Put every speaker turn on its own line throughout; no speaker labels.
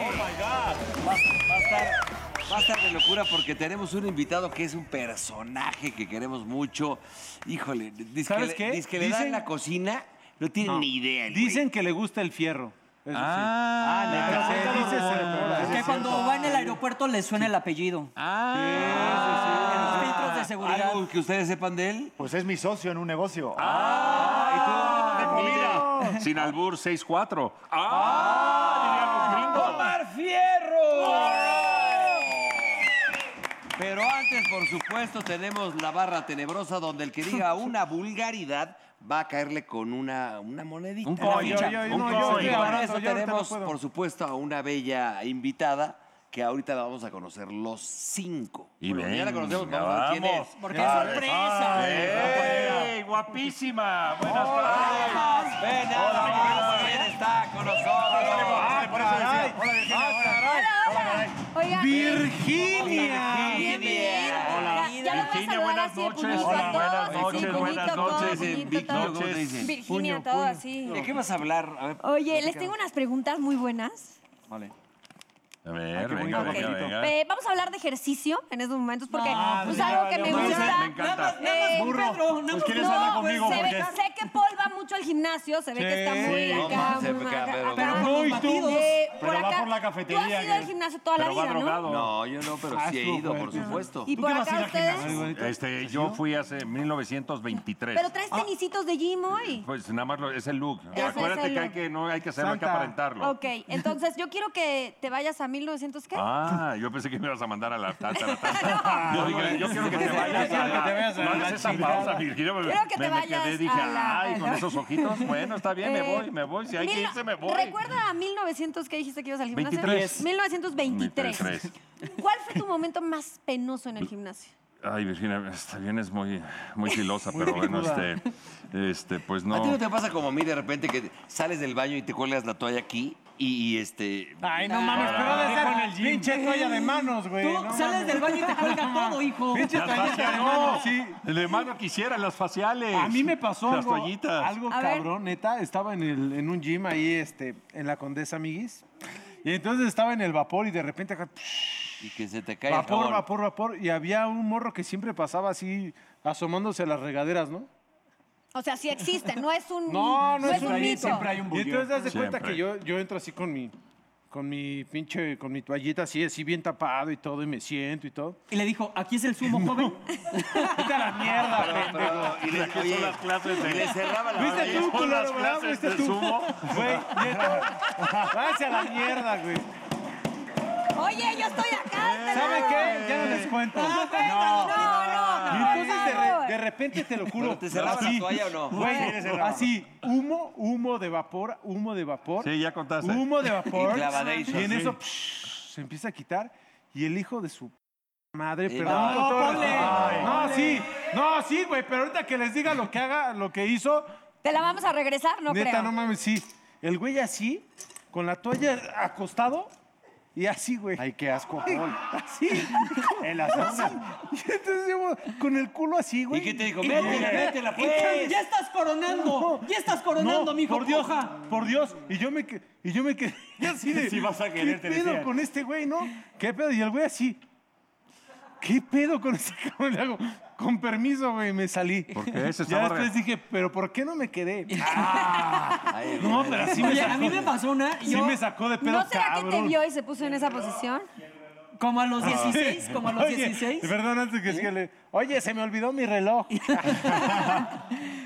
Oh va a estar, va a estar de locura porque tenemos un invitado que es un personaje que queremos mucho. Híjole, dice
¿Sabes
que, le-
qué?
dice que le
Dicen-
dan la cocina, no tienen
No.
ni idea. el güey.
Dicen que le gusta el fierro. eso sí.
Ah,
Pero se
neta.
dice seguro.
Que cuando va en el aeropuerto le suena el apellido. En los filtros de seguridad.
algo que ustedes sepan de él.
Pues es mi socio en un negocio.
Mira, sin albur 6-4. ¡Ah! Dirían los gringos. ¡Oh!
¡Omar Fierro! Pero antes, por supuesto, tenemos la barra tenebrosa donde el que diga una vulgaridad va a caerle con una, una monedita.
Un
en la
coin.
ficha.
Yo- yo-
Un
yo no, yo
coin.
estoy
Y para
barato,
eso
yo ahorita no
tenemos,
puedo.
por supuesto, a una bella invitada que ahorita la vamos a conocer los cinco.
Y
Bueno, ya la
venga,
conocemos, vamos a ver quién
vamos.
es.
Porque es pues, sorpresa.
¡Ey, guapísima! Buenas tardes.
Ven, nada más, quién está con nosotros.
Ay, por eso decía. Hola, Virginia.
Oigan,
Virginia.
bien, bien.
Hola.
Ya, ya lo voy a
Virginia,
saludar
buenas
así,
noches.
puñito
Hola,
a todos,
buenas
así,
noches,
puñito
buenas
a todos,
noches,
puñito a
Vicky,
todos.
¿cómo te dicen?
Virginia, todo así.
¿De qué vas a hablar? A ver,
Oye, les tengo unas preguntas muy buenas.
Vale.
A ver,
Ah, qué
venga,
bonito
venga,
papelito.
venga.
Eh, vamos a hablar de ejercicio en estos momentos porque
Ah,
pues,
ya
algo que
valió
me
madre.
gusta.
Me encanta.
Eh,
Burro. Pues quieres
no,
hablar
pues,
conmigo
se ve,
porque
sé que Paul va mucho al gimnasio, se ve que está muy
Sí, no
acá,
manches,
muy
acá,
acá,
pero-
acá.
Pero
no, ¿y tú?
Eh,
Pero va
acá-
por la cafetería,
Tú has ido
que-
al gimnasio toda la
Pero va
vida, ¿no?
drogado.
No, yo no, pero sí he ido, por supuesto.
Y
¿Tú
por
qué vas a ir
acá
al gimnasio?
ustedes.
Este, yo fui hace 1923.
Pero traes tenisitos de gym hoy.
Pues nada más lo- es el look.
Ese es
Acuérdate
el
que hay
look.
que no hay que hacerlo, hay que
Santa.
aparentarlo.
Ok, entonces yo quiero que te vayas a 1900, ¿qué?
Ah, yo pensé que me ibas a mandar a la tanta, a la tanta. Yo dije, yo quiero que te vayas a
que te
la...
vayas a
No
la
hagas esa
chingada.
pausa, Virginia. Me,
Quiero que te
me- me
vayas
quedé, dije,
a la-
ay, con esos ojitos, bueno, está bien, me
Eh,
voy, me voy. Si hay que
mil-
irse, me voy.
Recuerda a 1900 que dijiste que ibas al gimnasio.
23.
1923.
23.
¿Cuál fue tu momento más penoso en el gimnasio?
Ay, Virginia, está bien, es muy, muy filosa, pero bueno, este, este, pues no.
¿A ti no te pasa como a mí de repente que sales del baño y te cuelgas la toalla aquí y, y, este...
Ay, no mames, pero ha de ser pinche toalla de manos, güey.
Tú
no
sales del baño y te cuelga todo, hijo.
Pinche
Las
toallita de
faciales,
manos,
no.
sí.
El hermano quisiera las faciales.
A mí me pasó
Las
algo,
toallitas.
algo
A ver.
cabrón, neta. Estaba en, el- en un gym ahí, este, en la Condesa, amiguis. Y entonces estaba en el vapor y de repente acá,
Y que se te cae el
vapor,
jabón.
vapor, vapor. Y había un morro que siempre pasaba así, asomándose a las regaderas, ¿no?
O sea, sí existe, no es un
No, no,
es un
ahí
mito.
Siempre hay un Y entonces das de cuenta
Siempre.
que yo, yo entro así con mi, con mi pinche, con mi toallita así, así bien tapado y todo, y me siento y todo.
Y le dijo, aquí es el sumo, joven.
Vete a la mierda, pendejo.
Y de aquí son las clases de...
Y le cerraba la
¿Viste
toalla.
tú,
Son las
culero, verdad?
clases
¿Viste
de
tú?
sumo.
Güey, neta. Váyase a la mierda, güey.
Oye, yo estoy acá. de
¿Saben
lado.
qué? Ya no les cuento.
No, no,
Y
no.
entonces de, re- de repente te lo juro.
¿Pero te cerrabas la
así,
toalla o no?
güey, así, humo, humo de vapor, humo de vapor.
Sí, ya contaste.
Humo de vapor.
Y clavadeiros,
Y en
sí.
eso psh, se empieza a quitar. Y el hijo de su madre,
Y
perdón.
no,
con todo
ponle,
respeto. no, sí. No, sí, güey. Pero ahorita que les diga lo que haga, lo que hizo,
Te la vamos a regresar, no
neta,
creo.
no mames, sí. El güey así, con la toalla acostado. Y así, güey.
Ay, qué asco, Paul.
Así.
En la zona.
Y entonces yo, con el culo así, güey.
¿Y qué te dijo?
Y-
Métela, métela, pues.
Ya estás coronando. Ya estás coronando,
No,
mijo.
Por Dios,
coja.
por Dios. Y yo me, que- y yo me quedé así de.
Sí vas a querer,
¿Qué
te
pedo
decían.
con este güey, no? ¿Qué pedo? Y el güey así. ¿Qué pedo con este cabrón? Le hago, con permiso, güey, me salí. ¿Por
qué? Se
Ya
estaba
después
re-
dije, ¿pero por qué no me quedé?
Ay,
No,
güey.
pero así me
Oye, a
sacó.
mí me pasó una.
Sí
Yo,
me sacó de pedo,
¿No será que te
cabrón.
vio y se puso en esa posición?
como a los 16, como a los
Ah. Oye,
16.
Perdón, antes que es que le. Oye, se me olvidó mi reloj.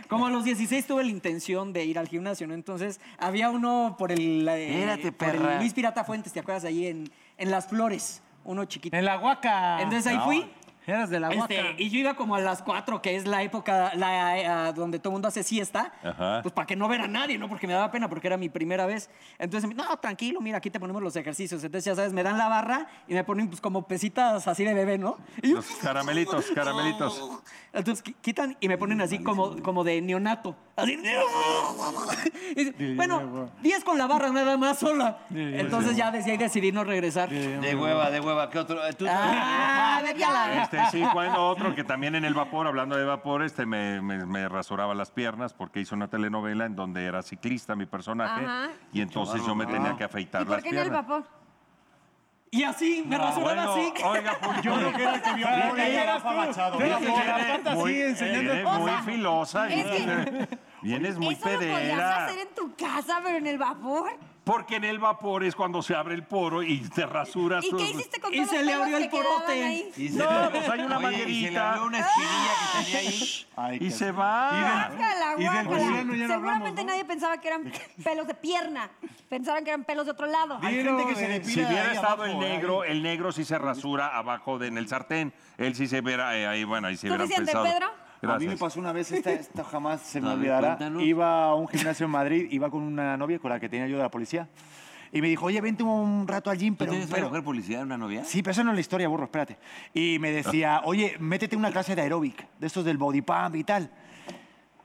Como a los 16 tuve la intención de ir al gimnasio, ¿no? Entonces había uno por el, eh,
Espérate,
por el
perra.
Luis Pirata Fuentes, ¿te acuerdas? Ahí en, en Las Flores, uno chiquito.
En la huaca.
Entonces ahí fui.
Eras de la huaca.
Este, y yo iba como a las 4, que es la época la, eh, ah, donde todo el mundo hace siesta,
Ajá.
pues para que no ver a nadie, ¿no? Porque me daba pena, porque era mi primera vez. Entonces, no, tranquilo, mira, aquí te ponemos los ejercicios. Entonces, ya sabes, me dan la barra y me ponen pues como pesitas así de bebé, ¿no? Y yo,
Los caramelitos, caramelitos.
entonces qui- quitan y me ponen así como, como de neonato. Así. Y dice, bueno, 10 con la barra nada más sola. Entonces ya desde ahí decidí no regresar.
De hueva, de hueva. ¿Qué otro? Eh, ¿Tú,
Ah, vete a la-
Este, sí, cuando otro que también en el vapor, hablando de vapor, este me, me- me rasuraba las piernas porque hice una telenovela en donde era ciclista mi personaje
Ajá.
y entonces yo me tenía que afeitar
¿Y por
las
qué en el
piernas.
vapor?
Y así, me rasuraba
Bueno,
así.
Oiga, pues, público,
Yo creo que era el que vio a Mole y a Rafa Machado.
Yo creo que
viene
la pata
muy-
así enseñando.
viene
O
muy
sea,
filosa. y-
es que-
Vienes muy
Eso lo podías
pedera.
hacer en tu casa, pero en el vapor.
Porque en el vapor es cuando se abre el poro y te rasuras.
¿Y
todo.
qué hiciste con
Y
todos
se
los
le
pelos
abrió el
que quedaban
porote.
ahí?
Y se
No,
le-
pues hay una
Oye, y se le
manguerita.
abrió una esquinilla que tenía ahí.
Ay,
Y
qué-
se va.
Guácala,
Y del
guácala.
gusano ya no hablamos,
Seguramente
¿no?
nadie pensaba que eran pelos de pierna. Pensaban que eran pelos de otro lado.
Hay gente que se depila
Si hubiera
ahí
estado el
abajo,
negro,
ahí.
el negro sí se rasura abajo de- en el sartén. Él sí se verá eh, ahí, bueno, ahí se verá
¿Suficiente,
pesado.
Pedro?
Gracias.
A mí me pasó una vez, esta, esta jamás se me
A ver,
olvidará.
cuéntanos.
Iba a un gimnasio en Madrid, iba con una novia con la que tenía yo de la policía. Y me dijo, oye, vente un rato al gym,
¿Tú
pero...
tienes una
pero-
mujer policía, una novia?
Sí, pero eso no es la historia, burro, espérate. Y me decía, oye, métete una clase de aeróbic, de estos del body pump y tal.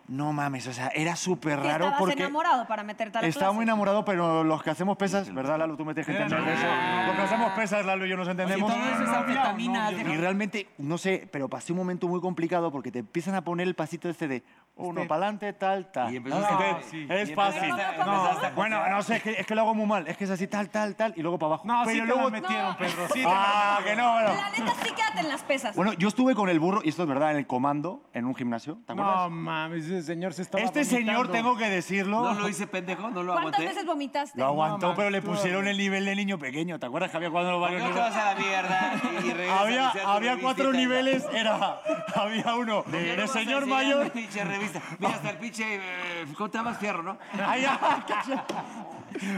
No mames, o sea, era súper
Que
raro
estabas
porque...
enamorado para meterte a la
Estaba muy
clase.
enamorado, pero los que hacemos pesas, ¿verdad, Lalo? Tú me tienes que entender de eso.
Ah.
Los que hacemos pesas, Lalo y yo nos
Y
entendemos.
todo eso es anfetamina.
Y realmente, no sé, pero pasé un momento muy complicado porque te empiezan a poner el pasito este de uno para adelante, tal, tal.
Y
Ah,
empezaste
No,
a-
no,
sí.
eh,
Es
Y
fácil.
empezaste-
No,
empezaste a-
bueno, no sé, es que, es que lo hago muy mal. Es que es así, tal, tal, tal, y luego para abajo.
No, sí te
luego
la metieron,
No.
Pedro. Sí, te la
Ah, que no, bueno.
La neta, sí quédate en las pesas.
Bueno, yo estuve con el burro, y esto es verdad, en el comando, en un gimnasio, ¿te
No
acuerdas?
mames, ese señor se estaba
este señor,
vomitando.
tengo que decirlo,
No lo hice pendejo, no lo
¿Cuántas
aguanté.
veces vomitaste?
lo aguantó,
No,
pero le
mames, tú-
pusieron el nivel de niño pequeño. ¿Te acuerdas, Javier, cuando lo
¿Por qué
varios
no te vas a la mierda? Y regresas y
Había,
haces tu
había
revista
cuatro
y te-
niveles, era, había uno
¿Por qué
eh,
de,
no vas a
señor
enseñar
mayor.
mi Pinche revista. Mira, hasta el pinche. eh, ¿Cómo te llamas fierro, no?
Ay, ah, cacha.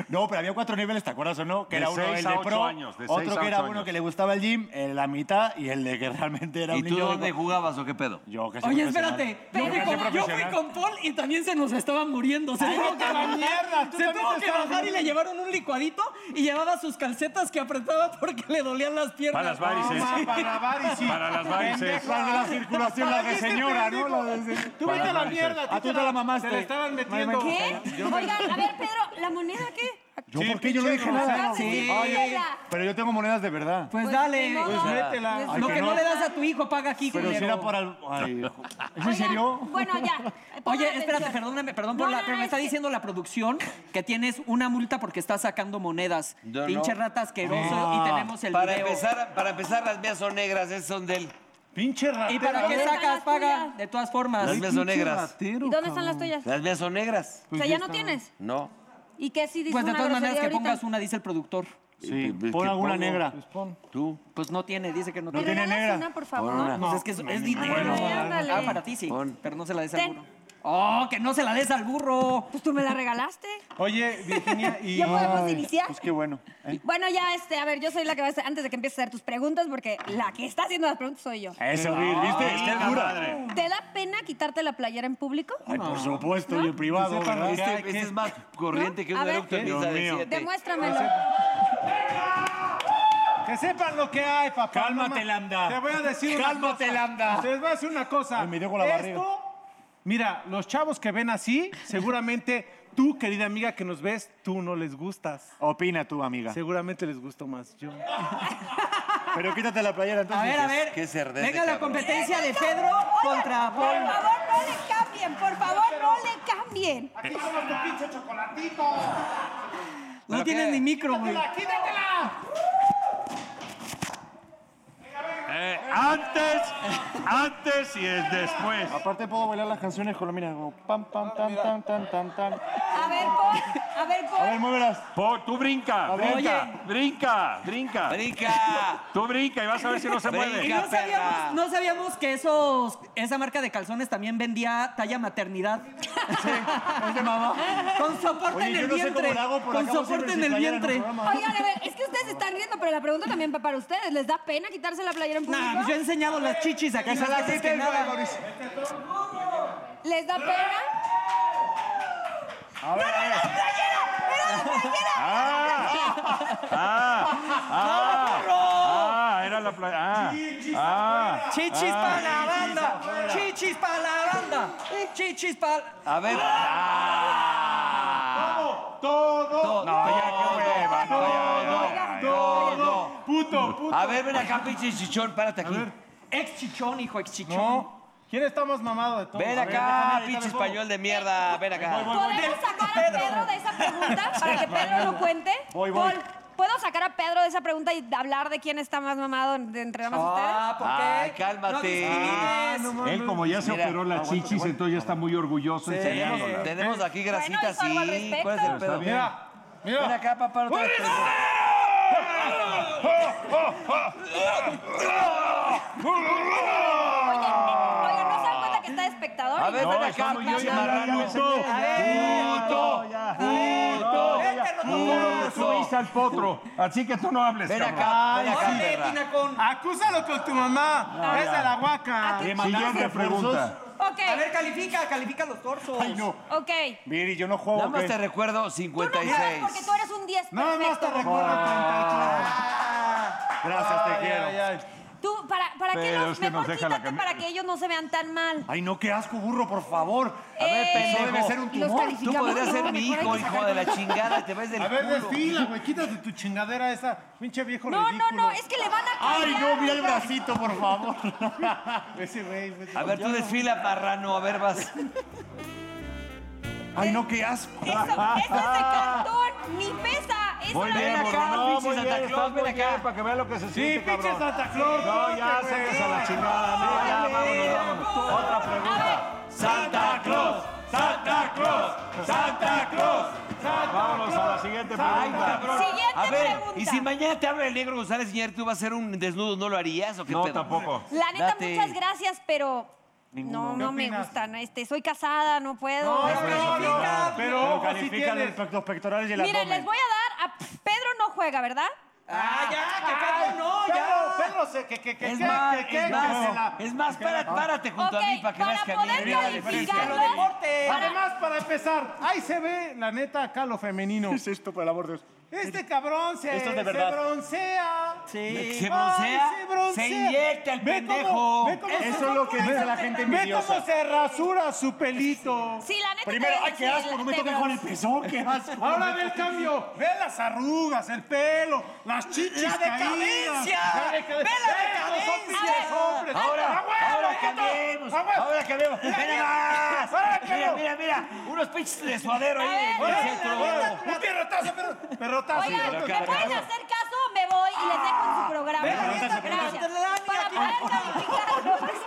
No, pero había cuatro niveles, ¿te acuerdas o no? Que
De
era uno
seis
el
a
de
ocho
pro,
años, de seis
otro
a
que era
ocho
uno
años.
que le gustaba el gym, eh, la mitad, y el de que realmente era
¿Y
un
tú
niño... de-
dónde jugabas o qué pedo?
Yo, que soy
Oye,
profesional.
espérate.
Yo
Yo
que
fui,
soy
con, yo fui
profesional.
con Paul y también se nos estaban muriendo. Se tuvo que bajar.
tú
Se
también
tuvo
te
que
estabas
bajar y le llevaron un licuadito y llevaba sus calcetas que apretaba porque le dolían las piernas.
Para las varices.
Ah, Para varices.
Para las varices.
Las de la circulación, las de señora, ¿no? Las de
Tú
Para
vete a la
varices.
mierda.
Ah, tú te la mamaste.
Te la estaban metiendo.
¿Qué? Oigan, a ver, Pedro, ¿la moneda qué? pues,
Yo, ¿por qué yo no dije
Acabas
nada?
de
sí.
decir,
Oye,
la-
pues
Pero yo tengo monedas de verdad.
Pues
ni
dale.
modo.
Pues métela.
Ni es-
Ay,
Lo
que
que
no.
no le das a tu hijo, paga aquí,
Pero si
culero.
era para el... Ay, hijo. ¿Es en
Oigan,
serio?
Bueno, ya.
Oye,
Pongan
espérate,
atención.
perdóname, perdón
No,
por la,
no,
pero
no,
me
es
está
que-
diciendo la producción que tienes una multa porque estás sacando monedas.
No, no.
Pinche rata asqueroso
Ah.
y tenemos el
Para
video.
empezar, para empezar, las mías son negras, esas son del.
Pinche ratero.
¿Y para qué
¿Dónde están
sacas?
las
Paga.
tuyas?
De todas formas.
Pues
Las mías son
Pinche
negras.
ratero,
¿Y dónde están las
cabrón.
tuyas?
Las mías son negras.
O sea, ya no tienes.
No.
¿Y qué si dices
Pues de
una
todas maneras que
grosería
pongas
ahorita?
una, dice el productor.
Sí,
Pues,
pon
que
alguna
pongo.
negra.
Tú.
Pues no tiene, dice que no,
¿Me
tiene.
tiene
regalas
negra.
una, por favor?
Pon una.
Pues es que es, es dinero.
Ándale.
ah, para ti sí.
Pon.
Pero no se la des al
Ten.
burro. ¡Oh, que no se la des al burro!
Pues tú me la regalaste.
Oye, Virginia, y...
Ya podemos
Ay,
iniciar.
Pues qué bueno. ¿eh?
Bueno, ya, este, a ver, yo soy la que va a hacer, antes de que empieces a hacer tus preguntas, porque la que está haciendo las preguntas soy yo.
Eso, Bill, ¿viste? Es que es dura.
Madre.
¿Te da pena quitarte la playera en público?
Ay, por supuesto, y en privado,
Sepa lo
¿verdad?
que
Este,
Cada
este
quien.
es más corriente
¿No?
que un
A ver.
eructo en misa de
Dios mío.
siete.
Demuéstramelo.
Que sepan lo que hay, papá.
Cálmate,
No ma-
lambda.
Te voy a decir una
Cálmate,
cosa.
lambda.
Te voy a decir una cosa.
Ay, me dio con la barriga.
Esto, mira, los chavos que ven así, seguramente tú, querida amiga que nos ves, tú no les gustas.
Opina tú, amiga.
Seguramente les gusto más yo.
Pero quítate la playera entonces.
A ver, a ver.
Qué cerdez de
Venga la
cabrón.
competencia de Pedro contra
Por
Paul.
favor, no le cambien, por favor, no le cambien.
Aquí somos tu pinche chocolatito.
No
¿Pero
tienes
qué?
ni micro, güey.
quítatela.
Eh, antes, antes y es después.
Aparte puedo bailar las canciones con la mira, como pam, pam, tan, tan, tan, tan, tan.
A ver, Paul, a ver,
A ver,
Paul.
muévelas.
Po, tú brinca,
ver.
brinca, brinca, brinca.
¡Brinca!
Tú brinca y vas a ver si no se
Y
mueve.
Brinca.
no sabíamos,
perra.
no sabíamos que esos, esa marca de calzones también vendía talla maternidad.
Es de mamá.
Con soporte
Oye,
en
yo
el
no sé
vientre.
cómo la hago, pero
con
acabo
soporte
siempre
en
sin
el
playera en un
vientre.
programa.
Oigan, a ver, es que ustedes están riendo, pero la pregunta también va para ustedes. ¿Les da pena quitarse la playera en
Nah, pues yo he
público?
enseñado las chichis aquí. más veces que nada.
¿Les da pena?
A ver, a ver.
Ah, era la playa. Ah, ah.
Chichis para la banda. Chichis para la banda. Chichis para.
A ver.
Todo. No, ya qué hueva. No, ya, ya, ya, ya.
Todo. Puto, puto.
A ver, ven acá, pinche chichón, párate aquí.
Ex chichón, hijo, ex chichón.
No. ¿Quién está más mamado de todos?
Ven
A ver,
acá,
déjame,
pinche
déjame,
español de mierda, ven acá.
¿Podemos sacar a Pedro de esa pregunta para que Pedro lo cuente?
Voy, voy.
Paul, ¿Puedo sacar a Pedro de esa pregunta y hablar de quién está más mamado de entre ambas
Ah,
¿Por qué?
Ay, cálmate. Ah,
No discrimines.
Él, como ya se
Mira,
operó las
aguanta,
chichis,
aguanta.
entonces ya está muy orgulloso
Tenemos,
enseñándola.
tenemos aquí grasita,
Bueno, ¿hizo algo al
sí.
respecto?
¿Cuál es el
Está
pedo?
bien.
Mira, mira.
Ven acá, papá. No te hagas pendejo.
Oigan, oigan, ¿no se dan cuenta que está de espectador?
A ver,
No,
ven acá,
estamos
pinche
ya
marrano.
minuto.
Puto.
Puto. Puto. Subiste al potro. Así que tú no hables,
Ven
cabrón.
acá, ven acá,
sí.
perra.
Acúsalo con tu mamá. es de la guaca.
Siguiente pregunta.
Ok,
A ver, califica, califica los torsos.
Ay, no.
ok.
Miri, yo no juego.
Nada más
¿qué?
te recuerdo
Tú no sabes porque
56.
tú eres un 10 perfecto.
Nada más te recuerdo
Gracias, te quiero. Ay,
Tú, ¿para, para qué
Pero
los
es que nos
mejor
deja la
quítate
cami-
para que ellos no se vean tan mal?
no, qué asco, burro, por favor.
A ver,
Eso
pendejo.
debe ser un
Eh, los
tumor.
calific-
Tú podrías ser mi
Mejor hay
hijo,
que
hijo
sacar-
de la chingada. Te ves del
A ver,
culo.
desfila, güey. Quítate tu chingadera esa. Pinche viejo
No, no,
ridículo.
no, es que le van a
Ay,
cambiar,
no, mira el
o sea,
bracito, por favor.
Ese güey. güey.
A ver, tú desfila, marrano. A ver, vas.
Ay, no, qué asco.
Eso, eso es de cartón, ni pesa. Eso
Muy
la
bien,
Ven
verdad.
acá,
burro. No,
pinche
muy bien,
Santa Claus,
estás muy
ven acá.
bien, Para que vea lo que se
Sí,
siente,
pinche
cabrón.
Santa Claus.
No, ya,
güey.
sáquese a la chingada. No, ya, vámonos, vámonos. Otra pregunta.
Santa Claus.
Santa Claus, Santa Claus, Vámonos a la siguiente pregunta.
Siguiente
A ver,
pregunta.
y si mañana te habla el negro González Iñárritu, tú vas a ser un desnudo, ¿no lo harías o qué
No,
pedo?
tampoco.
La neta,
Date.
muchas gracias, pero no,
¿Qué
no me
opinas?
gustan. Este, soy casada, no puedo. Este,
No, no, no. Pero ojo, si
Califican
tienes.
el- los pectorales y el
Miren, les
abdomen.
voy a dar a Pedro no juega, ¿verdad?
Ah, ya, que Pedro no,
Pedro,
ya.
Pedro, se- que, que, que,
Es
que-
más,
que- que-
es
que se la-
más, es más, párate, párate junto
Ok,
a mí para que veas
para
que a mí
poder
me da la diferencia.
calificarlos.
deporte.
para-
Además, para empezar, ahí se ve, la neta, acá lo femenino.
es esto, por el amor de Dios?
Este cabrón se,
Esto es de
se
verdad.
broncea.
Sí.
¿Se broncea?
Ay, se broncea.
Se inyecta el
Ve
pendejo.
cómo- ve cómo
Eso
se-
es lo que dice la gente
Ve
envidiosa.
cómo se rasura su pelito.
Sí, la neta.
Primero,
te-
ay, qué
sí,
asco, no me
te-
toques con el pezón, qué asco.
Ahora ve el cambio. Ve las arrugas, el pelo, las chichis
¡La
caídas.
decadencia!
La
¡Ve
decadencia.
la
Esos son
decadencia!
pinches hombres.
Ahora,
Ah,
¡A huevo,
ahora
puto!
cambiemos,
¡A huevo!
ahora cambiemos. Mira más.
Ahora
Mira,
cambiemos.
mira, mira. Unos pinches de suadero
¿eh?
ahí en el
¡Órale, órale!
centro.
¡Un pierrotazo, perro- perrotazo!
Oigan, ¿me
perrotazo.
pueden hacer caso? Me voy y les dejo en su programa.
Ve la neta,
Gracias.
Castellani,
Para
aquí-
poder calificarlos.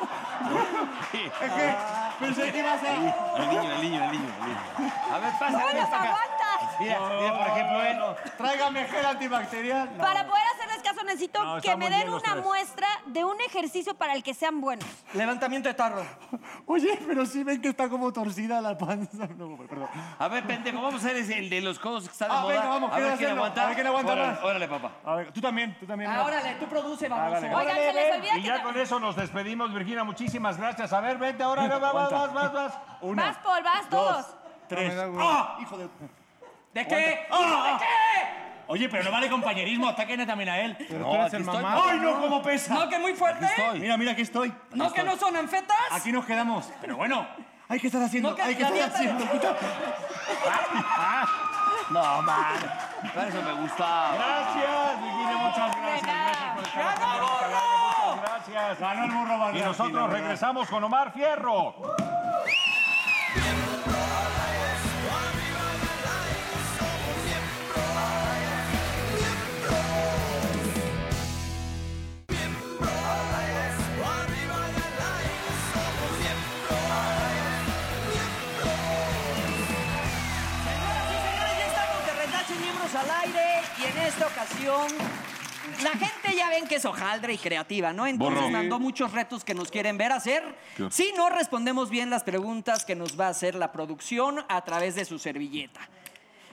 Pensé que iba a ser.
El niño, el niño, el niño.
A ver,
No
pásale.
los aguantas.
Mira, mira, por ejemplo, él.
Tráigame gel antibacterial. No.
Para poder hacerles caso necesito
No,
que
estamos
me
bien
den
los
una
tres.
muestra de un ejercicio para el que sean buenos.
Levantamiento de tarro.
Oye, pero sí ven que está como torcida la panza. No, perdón.
A ver, pendejo, vamos a hacer ese, el de los codos que está de
Ah,
moda.
venga, vamos,
a ver
quiero
quién
hacerlo,
aguanta.
a ver quién aguanta
Órale,
más.
Órale, papá.
A ver, tú también, tú también.
Ah,
no.
órale, tú produce, vamos.
Hágale.
Oigan, se les olvida
Y
que...
ya con eso nos despedimos, Virginia. Muchísimas gracias. A ver, vente ahora. Vas, vas, vas, vas, vas.
Una,
Vas, Paul, vas todos.
dos, tres.
No me da,
¡Ah! Hijo de...
¿De qué?
¡Ah! Oye, pero no vale compañerismo, atáquenle también a él.
Pero tú eres el mamá.
¡Ay, no, cómo pesa!
¿No que muy fuerte?
Mira, mira, aquí estoy.
¿No
Aquí
que
estoy.
no son anfetas?
Aquí nos quedamos. Pero bueno. Ay, ¿qué estás haciendo?
No, que
Ay, ¿qué
la
estás
dieta
haciendo?
de-
No, man.
Para eso me gusta.
Gracias, Virginia. Muchas gracias.
nada.
Gracias por estar aquí. Muchas gracias.
Ganó el burro
Y
Van Ranking, la
nosotros
verdad.
regresamos con Omar Fierro.
Señoras y señores, ya estamos de Rendache Miembros al aire y en esta ocasión la gente ya ven que es hojaldre y creativa, ¿no? Entonces
Borró.
mandó muchos retos que nos quieren ver hacer.
Claro.
Si no respondemos bien las preguntas que nos va a hacer la producción a través de su servilleta.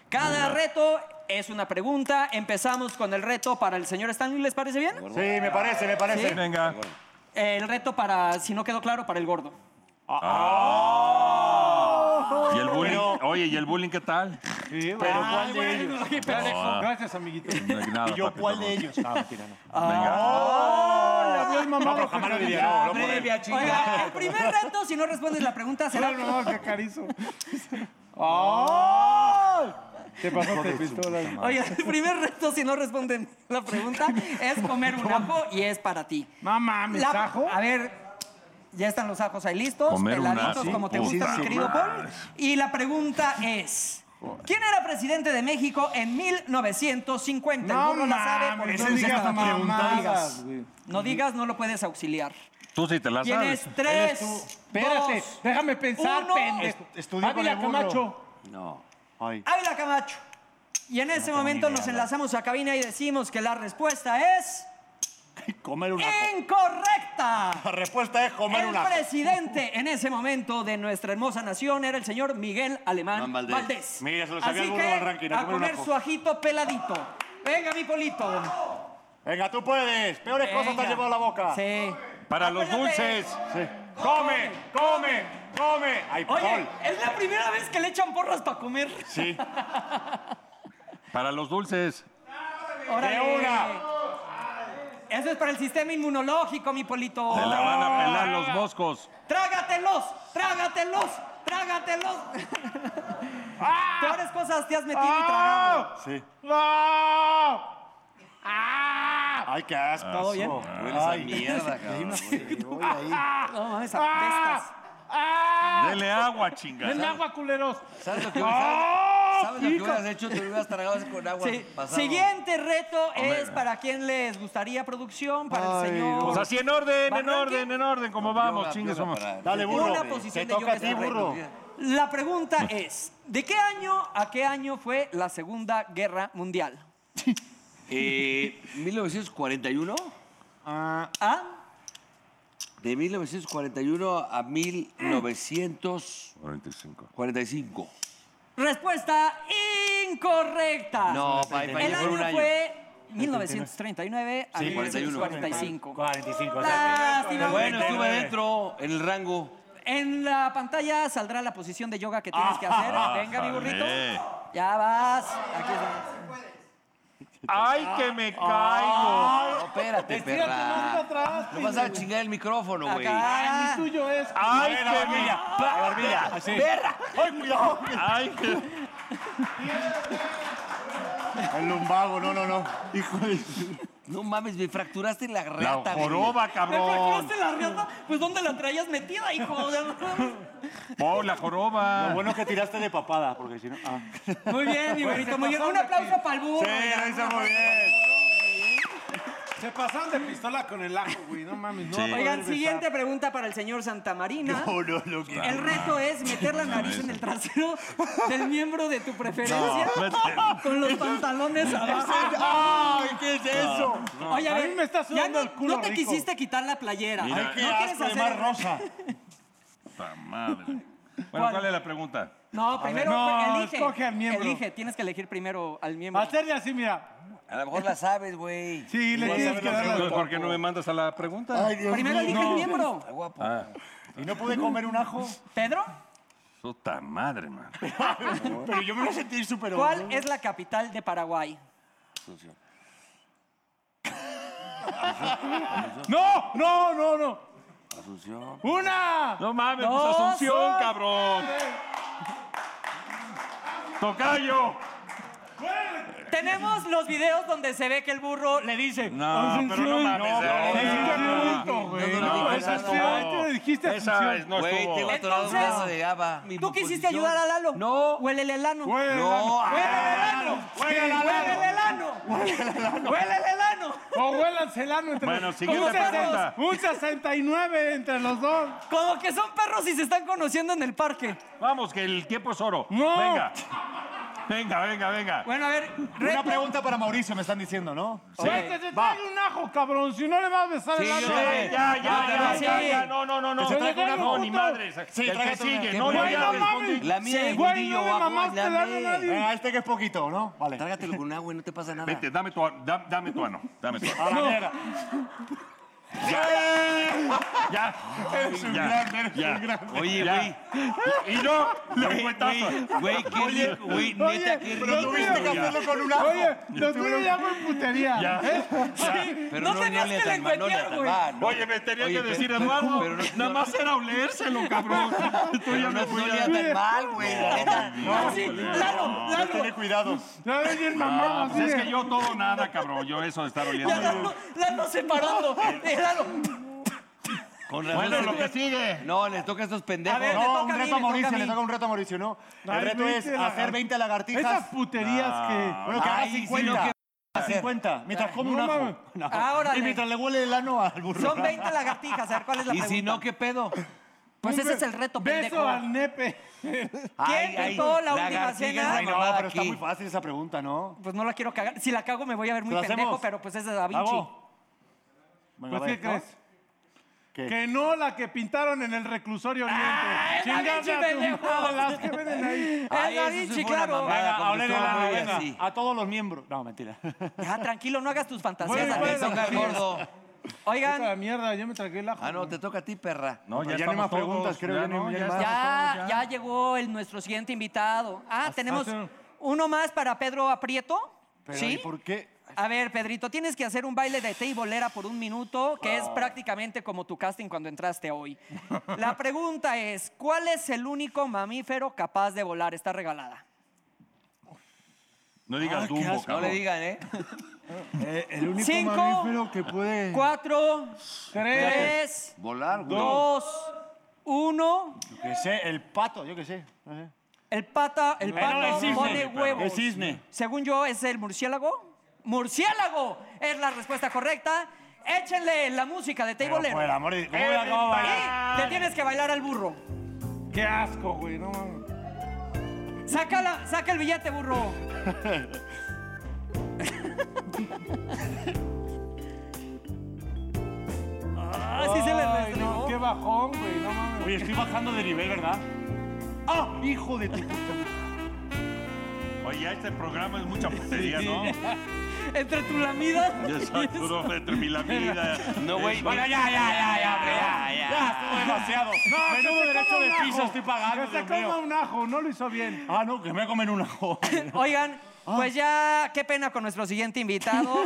Cada reto es una pregunta. Empezamos con el reto para el señor Stanley, ¿les parece bien?
Sí, me parece, me parece.
Venga.
El reto para, si no quedó claro, para el gordo.
¿Y el bullying? Oye, ¿y el bullying qué tal?
Sí,
Pero
bueno.
¿cuál de ellos?
Gracias, amiguito.
No hay nada,
¿Y yo
papi,
cuál
no.
de ellos? No, mentira, no.
Venga.
Habló el mamá
No, pero
de
jamás lo
Fernando.
diría, no, no por él.
Abrevia, chingada.
Oiga, el primer reto, si no respondes la pregunta, será...
Habló el mamá de Carizo. Te pasaste pistola.
Oye, el primer reto, si no responden la pregunta, es comer un ajo y es para ti.
No mames,
La-
ajo.
A ver, ya están los ajos ahí listos,
Comer un
peladitos
ajo,
como te
puta
gusta, mi querido
madre.
Paul. Y la pregunta es, ¿Quién era presidente de México en 1950? El burro la sabe porque
mames,
no dice
digas
nada.
mamadas, güey.
No digas, no lo puedes auxiliar.
Tú sí te la sabes.
Tienes tres.
Espérate,
dos,
déjame pensar,
uno.
pendejo.
estudió con
Ávila
el burro.
Camacho.
No.
Ay.
Ávila Camacho. Y en ese momento nos enlazamos a cabina y decimos que la respuesta es
Comer una
incorrecta.
La respuesta es comer
Eh, El
una.
presidente en ese momento de nuestra hermosa nación era el señor Miguel Alemán
Juan
Valdés.
Valdés.
Mira, se lo sabía
Así
el burro
que
del ranking, a
a
comer una
comer
cosa.
su ajito peladito. Venga, mi polito.
Venga, tú puedes. Peores cosas te has
Venga.
llevado a la boca.
Sí.
Para los
Acuérdate.
dulces.
Come, come, come. Ay, Paul.
Oye, es la primera vez que le echan porras para comer.
Sí.
Para los dulces.
Órale.
una.
Eso es para el sistema inmunológico, mi polito.
Te la van a pelar los moscos.
¡Trágatelos! ¡Trágatelos! ¡Trágatelos!
¡Ah!
Peores cosas te has metido y tragado.
Sí.
¡No!
Ay, qué asco.
¿Todo bien?
Hueles a mierda, cabrón.
No mames,
¡Ah!
apestas.
Dele agua, chingada.
¡Denme agua, culeros!
¿Sabes lo que, sabes- sabes lo que hubieras hecho? Te lo hubieras tragado así con agua.
Sí.
pasado.
Siguiente reto es para quien les gustaría producción, para el señor.
Pues así en orden, en
Barranque.
orden, en orden, como
Yoga,
vamos, chingues.
yoga
vamos.
para-
Dale, burro.
Una
Te
posición de
toca
yoga
a ti,
es el
burro.
reto. La pregunta es, ¿de qué año a qué año fue la Segunda Guerra Mundial?
Eh, 1941.
¿Ah?
De 1941 a 1945.
45.
Respuesta incorrecta.
No, pa-
El
pa- llevo
año
un año.
fue 1939 a
Sí,
1945.
45,
Lástima,
Bueno,
Beto.
estuve dentro, en el rango.
En la pantalla saldrá la posición de yoga que tienes que hacer. Venga, mi burrito.
Ájale.
Ya vas. Aquí está.
¡Ay, que me caigo!
No, espérate, perra. No vas a chingar el micrófono, güey.
Acá.
Tuyo es.
¡Ay, que me...
Así.
¡Ay, cuidado!
¡Ay, que...
El lumbago, no, no, no.
No mames, me fracturaste la
La
rata, güey.
joroba,
¿Me
cabrón.
fracturaste la riata? Pues ¿dónde la traías metida, hijo?
Oh, la
Lo
joroba.
bueno que tiraste de papada, porque si no. Ah.
Muy bien, mi burrito, muy bien. Un aplauso para el burro. oiga.
lo hizo muy bien.
Se pasaron de pistola con el ajo, güey. No mames, no.
Sí.
Oigan, siguiente pregunta para el señor Santamarina.
No, no, no. que-
El reto es meter la nariz en el trasero del miembro de tu preferencia con los pantalones abajo.
¡Ay, qué es eso!
Oye,
A
ver,
mí me está
ya
sudando
no,
el culo
no te
rico.
quisiste quitar la playera.
Mira,
no
¡Ay, qué
quieres
asco de
hacer-
mar rosa!
Puta madre. Bueno, ¿cuál es la pregunta?
No, primero
no,
pues, elige.
escoge al miembro.
Elige, tienes que elegir primero al miembro.
Hacerle así, mira.
A lo mejor la sabes, güey.
Sí, le tienes que dar la...
Entonces, ¿Por qué no me mandas a la pregunta?
Primero elige el miembro.
Está guapo.
¿Y no pude comer un ajo?
Pedro,
Puta madre, man.
Pero yo me lo sentí súper
¿cuál es la capital de Paraguay?
¡No! ¡No, no, no!
Asunción.
¡Una!
No mames, pues
Dos,
Asunción,
dos.
cabrón. ¡Tocayo!
Tenemos los videos donde se ve que el burro le dice.
No, pero no mames. eh.
Es un adulto, güey.
no, no,
esa
no.
sí, ahí te lo dijiste
Esa
Asunción.
es, no
Güey, tengo
estuvo.
atorado un
Entonces,
brazo de gaba.
¿Tú quisiste ayudar a Lalo?
No.
Huélele el ano.
Güey,
No,
la-
ah,
Huélele el ano. Huélele el ano. Huélele el ano.
O huelan celano entre
Bueno,
los
siguiente
Un sesen-
pregunta.
Un 69 entre los dos.
Como que son perros y se están conociendo en el parque.
Vamos, que el tiempo es oro.
No.
Venga. Venga, venga, venga.
Bueno, a ver,
Una
reto.
pregunta para Mauricio, me están diciendo, ¿no?
Güey, que se
va.
traiga un ajo, cabrón. Si no le vas a besar
Sí,
el ano.
yo
Sí,
también.
ya, ya, ya,
sí.
ya, ya. No, no, no, no.
Que se traiga una
No, ni
puta.
madre.
Sí,
el que
trágate una.
sigue.
Que
No, ya,
Güey,
ya.
no mames.
La mía del
Güey,
fundillo,
no le
guapo,
mamaste el ano a
dame.
nadie.
Venga, este que es poquito, ¿no? Vale.
Trágatelo con agua y no te pasa nada.
Vete, dame tu, ano, da- dame tu ano. Dame tu ano.
A la mierda.
Ya. Eres un grande, eres un grande.
Oye, güey.
Y no, le
Güey,
cuetazo.
güey, Güey, qué rico, güey, neta, qué rico.
pero
Tuviste que
güey.
hacerlo con un ajo.
Oye, lo tuyo ya fue putería.
Ya.
Pero
No
no,
tenías
le
que
tan mal, no le
lengüetear,
tan
güey.
mal, no.
Oye, me tenía
Oye,
que decir,
pero-
Eduardo.
pero no-
nada más era olérselo, cabrón. Tú ya
Pero
me
no
fui
no
a-
olía tan mal, güey, la neta.
Ah, sí, Lalo,
Hay que
Lalo.
tener cuidado.
Ya ves bien mamado.
Ah,
así
pues es
de-
que yo todo nada, cabrón. Yo eso de estar
Ya
oliendo.
Lalo, Lalo separando. Eh, Lalo.
Con razón
Bueno,
se-
lo que sigue.
No, les toca a estos pendejos.
A ver,
No,
toca
No,
a
un
mí,
reto a
le toca a
Mauricio,
mí.
le toca un reto a Mauricio, ¿no?
Ay,
El reto es
20
hacer
lagartijas.
20
Esas
lagartijas.
puterías que.
Bueno, que haga
Ay, sí, no,
50.
¿qué
A 50. Mientras come un
No,
ajo.
mames.
No.
Ah, órale.
Y mientras le huele el ano al burro.
Son 20 lagartijas, a ver cuál es la
Y
pregunta.
si no, ¿qué pedo?
Pues
un
ese
be-
es el reto,
Beso
pendejo.
al nepe.
Ay,
¿Quién
ay,
pintó la última
lagartijas,
cena?
Ay, no,
mamada
pero está
aquí.
muy fácil esa pregunta, ¿no?
Pues no la quiero cagar. Si la cago me voy a ver muy
¿Lo
pendejo,
hacemos?
pero pues es de Da Vinci.
Bravo. Venga,
Pues,
va,
¿qué
¿no?
crees?
¿Qué?
Que no la que pintaron en el reclusorio oriente. Chingada
Da Vinci,
tu madre, las que venden ahí.
Es
Ay,
Da
eso sí
Vinci,
fue una
claro.
mamada,
Venga,
como
háblele
estuvo
al ano,
muy
venga.
así.
A todos los miembros. No, mentira.
Ya, tranquilo, no hagas tus fantasías.
Bueno,
Daniel.
Le
bueno.
toca al gordo.
Esta
Oigan,
mierda, ya me tragué el ajo.
Ah, no, te toca a ti, perra.
No,
ya no hay más preguntas, creo, ya no, ya hay más.
ya, ya llegó el, nuestro siguiente invitado. Ah, tenemos
hace-
uno más para Pedro Aprieto.
Pero, ¿y
¿Sí?
por qué?
A ver, Pedrito, tienes que hacer un baile de teibolera por un minuto, que es prácticamente como tu casting cuando entraste hoy. La pregunta es, ¿cuál es el único mamífero capaz de volar? Está regalada.
No digas
Ah, qué
Dumbo,
asco.
No
cabrón.
le digan, ¿eh?
Eh, el único
Cinco.
mamífero que puede...
Cuatro,
Tres.
tres,
Volar, güey.
dos, uno.
Yo qué sé, el pato, yo qué sé. No sé.
El pata, el pato
es cisne,
pone
pero-
huevos.
es cisne.
Según yo, es el murciélago. ¡Murciélago! Es la respuesta correcta. Échenle la música de
Pero,
Teibolero.
por el amor de... ¿Cómo voy a acabar de bailar?
Y le tienes que bailar al burro.
Qué asco, güey, no mames.
Saca, la- saca el billete, burro. ah, sí se le
Ay, no,
restregó.
qué bajón, güey, no mames.
Oye, estoy bajando de nivel, ¿verdad? ¡Ah! ¡Hijo de tu...
Oye, ya este programa es mucha putería, ¿no?
Entre tu lamida.
Ya soy duro entre mi la vida.
No, güey.
Bueno, ya, ya, ya, ya, hombre, ya,
Ya, ya.
ya. estuvo demasiado.
No, que
Menudo
se
derecho
coma
de
un
piso
ajo.
estoy pagando,
Que se
Dios mío.
coma un ajo, no lo hizo bien.
Ah, no, que me voy a comer un ajo.
Oigan,
Ah.
pues ya, qué pena con nuestro siguiente invitado.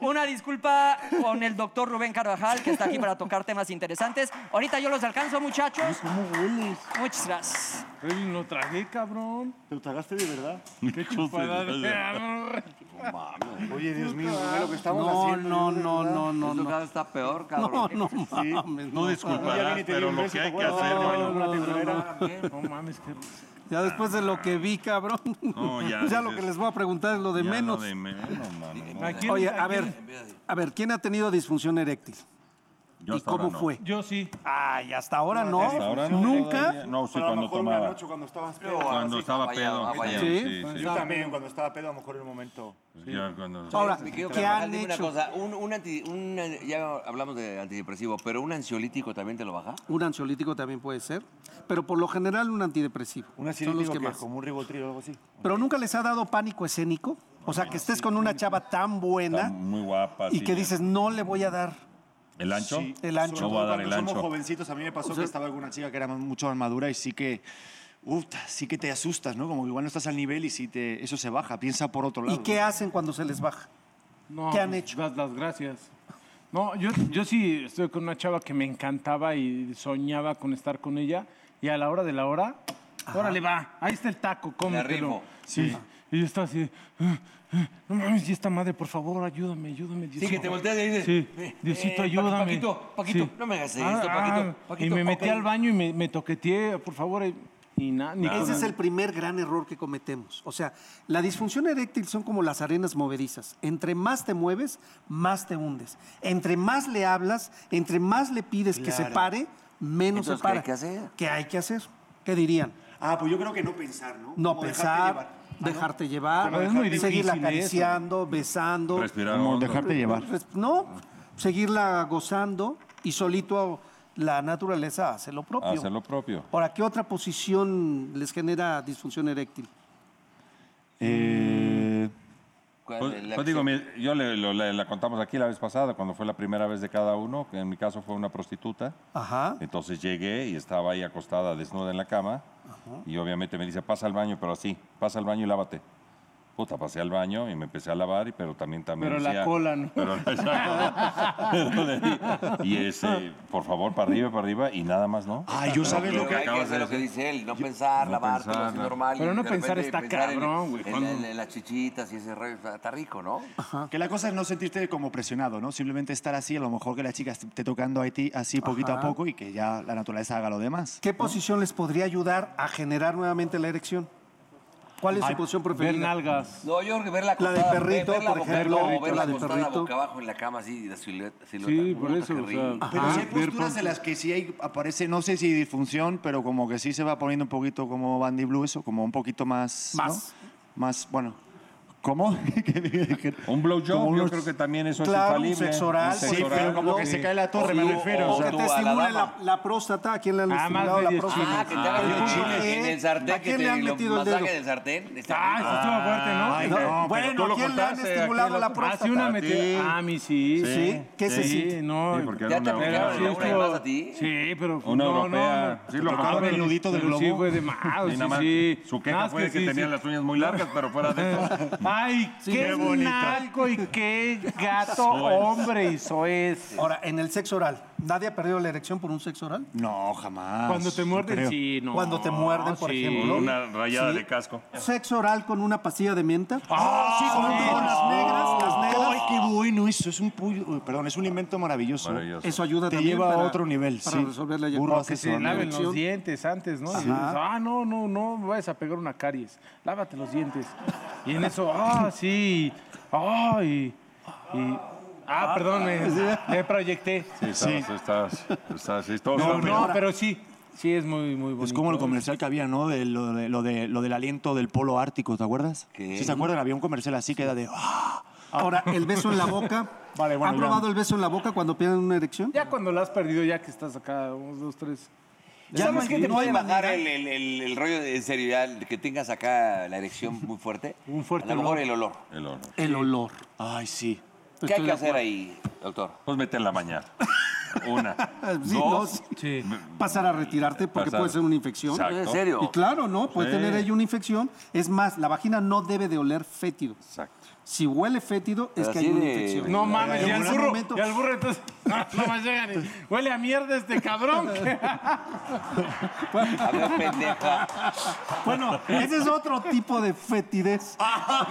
Una disculpa con el doctor Rubén Carvajal, que está aquí para tocar temas interesantes. Ahorita yo los alcanzo, muchachos.
¿Cómo hueles?
Muchas gracias.
Ay, lo tragué, cabrón.
¿Te lo tragaste de verdad?
Qué
Para darle-
Oye, Dios mío, Rubén, lo que estamos
No,
haciendo.
no, no, no,
No,
no,
tu
no.
caso está peor, cabrón.
No mames, no.
No
Ya vine
disculparás,
y te di
pero
un
lo
beso,
que
¿te
hay que
acuerdas?
hacer,
No,
güey.
una temblorera.
No mames, qué
Ya después de lo que vi, cabrón.
No, ya,
Ya lo
dices,
que les voy a preguntar es lo de
Ya
menos.
lo de menos, mano. no.
¿A
Oye,
quién-
a
a
ver, a ver, ¿quién ha tenido disfunción eréctil? ¿Y
Yo hasta ahora
cómo
no.
fue?
Yo sí.
Ay, hasta ahora no.
Hasta ahora no, todavía.
Nunca.
No, sí,
Pero a lo
cuando
mejor una
tomaba.
noche cuando estabas
Pero,
pedo.
Cuando
sí,
estaba
fallado,
pedo.
ha fallado.
Sí.
sí. pues
Yo también, cuando estaba pedo, a lo mejor en un momento.
Ya cuando-
Ahora,
Me quedo
¿qué han
Una
hecho?
cosa, un, un anti- un- ya hablamos de antidepresivo, pero un ansiolítico también te lo baja.
Un ansiolítico también puede ser, pero por lo general un antidepresivo.
Una
Son los
cilíndrica
que
que
más.
como un ribotril o algo así.
Pero nunca les ha dado pánico escénico. O sea, que estés con una chava tan
Está
buena
muy guapa.
y
sí,
que
ya.
dices, no le voy a dar.
¿El ancho?
Sí,
El ancho.
No voy a dar
cuando
el
somos
ancho.
jovencitos, a mí me pasó que estaba alguna chica que era más- mucho más madura y sí que, uf, sí que te asustas, ¿no? Como que igual no estás al nivel y sí te, eso se baja, piensa por otro lado.
¿Y qué hacen cuando se les baja?
No,
¿Qué han
pues,
hecho?
Das las gracias. No, yo, yo sí estuve con una chava que me encantaba y soñaba con estar con ella. Y a la hora de la hora, órale, va, ahí está el taco, cómetelo.
rifo.
Sí. Y yo estaba así, de, "Ah, ah, no mames, y esta madre, por favor, ayúdame, ayúdame. Diosito".
que te volteas y dices,
Sí,
"Eh,
Diosito,
eh, Pa-
ayúdame. Ah,
Paquito, Paquito, no me hagas esto, Paquito,
Y
Paquito,
me metí
ok.
al baño y me, me toqueteé, por favor, y, y nada, ni
Ese
con-
es el primer gran error que cometemos. O sea, la disfunción eréctil son como las arenas movedizas. Entre más te mueves, más te hundes. Entre más le hablas, entre más le pides que se
Claro.
pare, menos
Entonces,
se para.
¿qué hay que hacer?
¿Qué hay que hacer? ¿Qué dirían?
Ah, pues yo creo que no pensar, ¿no?
No
Como dejarte
pensar,
llevar.
Ah,
dejarte llevar,
Pero es muy difícil
seguirla
eso.
acariciando, besando.
Respirar.
Como
hondo.
dejarte llevar.
Pues, No, seguirla gozando y solito la naturaleza hace lo propio.
Hacer lo propio.
Ahora, ¿qué otra posición les genera disfunción eréctil?
Eh,
¿Cuál
Pues,
es la
pues
que
digo,
se-
mi- yo le, lo- le- la contamos aquí la vez pasada, cuando fue la primera vez de cada uno, que en mi caso fue una prostituta.
Ajá.
Entonces llegué y estaba ahí acostada, desnuda en la cama, y obviamente me dice, pasa al baño, pero así, pasa al baño y lávate.
Puta, pasé al baño y me empecé a lavar, y- pero también también.
Pero la
decía-
cola no.
pero- pero le di- y ese, por favor, para arriba, para arriba, y nada más, ¿no?
Ay, yo sabes lo
Lo
que.
que
Hay que
acabas de
hacer lo que
decir.
dice él, no pensar,
no
lavarte,
pensar,
así
no.
normal. y
Pero no
de
pensar
repente
está
en-
cabrón, güey,
En,
cuando-
en- en las chichitas y ese rollo, está está rico, ¿no?
Que la cosa es no sentirte como presionado, ¿no? Simplemente estar así, a lo mejor que la chica esté tocando a ti así poquito a poco y que ya la naturaleza haga lo demás.
¿Qué posición les podría ayudar a generar nuevamente la erección? ¿Cuál es su posición
Ver
preferida?
nalgas.
No, yo creo que ver la
La del
acostada,
perrito,
ver- verla
por
boca-
ejemplo,
no, verla
la del
acostada
perrito.
boca abajo en la cama, así, la silueta. silueta.
Sí, por
Puta,
eso,
qué
o
rico.
sea,
ah,
Pero sí hay
ver
posturas
por-
en las que sí hay- aparece, no sé si disfunción, pero como que sí se va poniendo un poquito como Bandy Blue, eso, como un poquito más. ¿no?
Más.
Más, bueno. ¿Cómo?
Un
Como
blowjob, yo
unos-
creo que también eso
Claro,
es
un
infalible.
sexo oral,
Sí,
sexo
pero
oral.
como que se cae la torre,
O
me
tú-
refiero.
o
o sea.
Que
Tú
te
a la
estimule la,
dama.
la próstata. ¿A quién le han
Ah, más
estimulado
medio
la
Ah,
próstata?
que te hagan
El
un
punto
chile en
G.
el sartén.
¿A quién
que
le
te-
han
lo-
metido el
masaje
dedo?
del sartén. Está
Ah,
rico.
eso estuvo fuerte, ¿no?
Ay,
No,
no,
pero tú
bueno,
lo
¿a quién le han
contaste, ¿a
estimulado
quién
la
lo-
Ah, sí,
próstata?
una
A ti.
metida. Ah, a mí sí.
Sí, ¿qué se
Sí,
siente?
no.
Sí, porque
¿Ya
era
te
una-
aplicaron
era-
la una y más a ti?
Sí, pero.
Una
no, no,
europea.
no.
Sí, lo
Ah,
tocaron
pero-
el nudito del
pero Sí,
globo.
fue de más.
Y
Sí,
nada más,
sí.
su queja
Más
fue que,
sí,
tenía
sí.
las uñas muy largas, pero fuera de eso.
Ay, qué,
bonito.
naco y qué gato hombre hizo eso.
Ahora, en el sexo oral, ¿nadie ha perdido la erección por un sexo oral?
No, jamás.
Cuando te
no
muerden,
creo.
sí, no.
Ah, Cuando te muerden, por
sí.
ejemplo.
Una rayada
Sí.
de casco.
¿Sexo oral con una pastilla de mienta?
¡Ah, sí,
con,
sí.
con las negras, las
Ay,
negras.
qué bueno eso. Es un puyo- uy, perdón, es un invento maravilloso.
Maravilloso.
Eso ayuda
Te
también
lleva a
para-
otro nivel.
Para
sí.
resolver la eyaculación.
Burro
Que
hace
se
eso, ¿no?
laven
erección.
los dientes antes, ¿no? Y dices, ah, no, no, no, me vayas a pegar una caries. Lávate los dientes. Y en eso, ah, sí. Ay. y- ah, perdón, me, me proyecté.
Sí, estás, estás, estás, sí, todo
No,
está-
no, pero sí. Sí, es muy, muy bonito.
Es como el comercial que había, ¿no? De lo, de, lo, de, lo del aliento del polo ártico, ¿te acuerdas?
¿Qué?
¿Sí se acuerdan? Había un comercial así que era de... "Ah".
Ahora, el beso en la boca.
Vale, bueno,
¿Han
ya.
probado el beso en la boca cuando pierden una erección?
Ya cuando la has perdido, ya que estás acá, unos, dos, tres.
Ya ¿Sabes que te
no
puede
hay
bajar
manera.
el, el- el- el rollo de en serio, ya, el que tengas acá la erección muy fuerte?
Un fuerte
A lo mejor
olor.
el olor.
El horno.
El olor.
Ay, sí.
¿Qué hay que hacer ahí, doctor?
Pues mete en la mañana. Una.
Ah, Sí, no, sí.
Sí.
Pasar a retirarte porque
Pasar.
puede ser una infección.
Exacto.
¿En serio?
Y claro, ¿no? Puede tener ella una infección. Es más, la vagina no debe de oler fétido.
Exacto.
Si huele fétido, es
Pero
que
así
hay una
de-
infección.
No mames,
En
y al
algún
burro,
momento-
y al burro entonces, no más llegan y, huele a mierda este cabrón.
A ver, pendeja.
Bueno, ese es otro tipo de fetidez.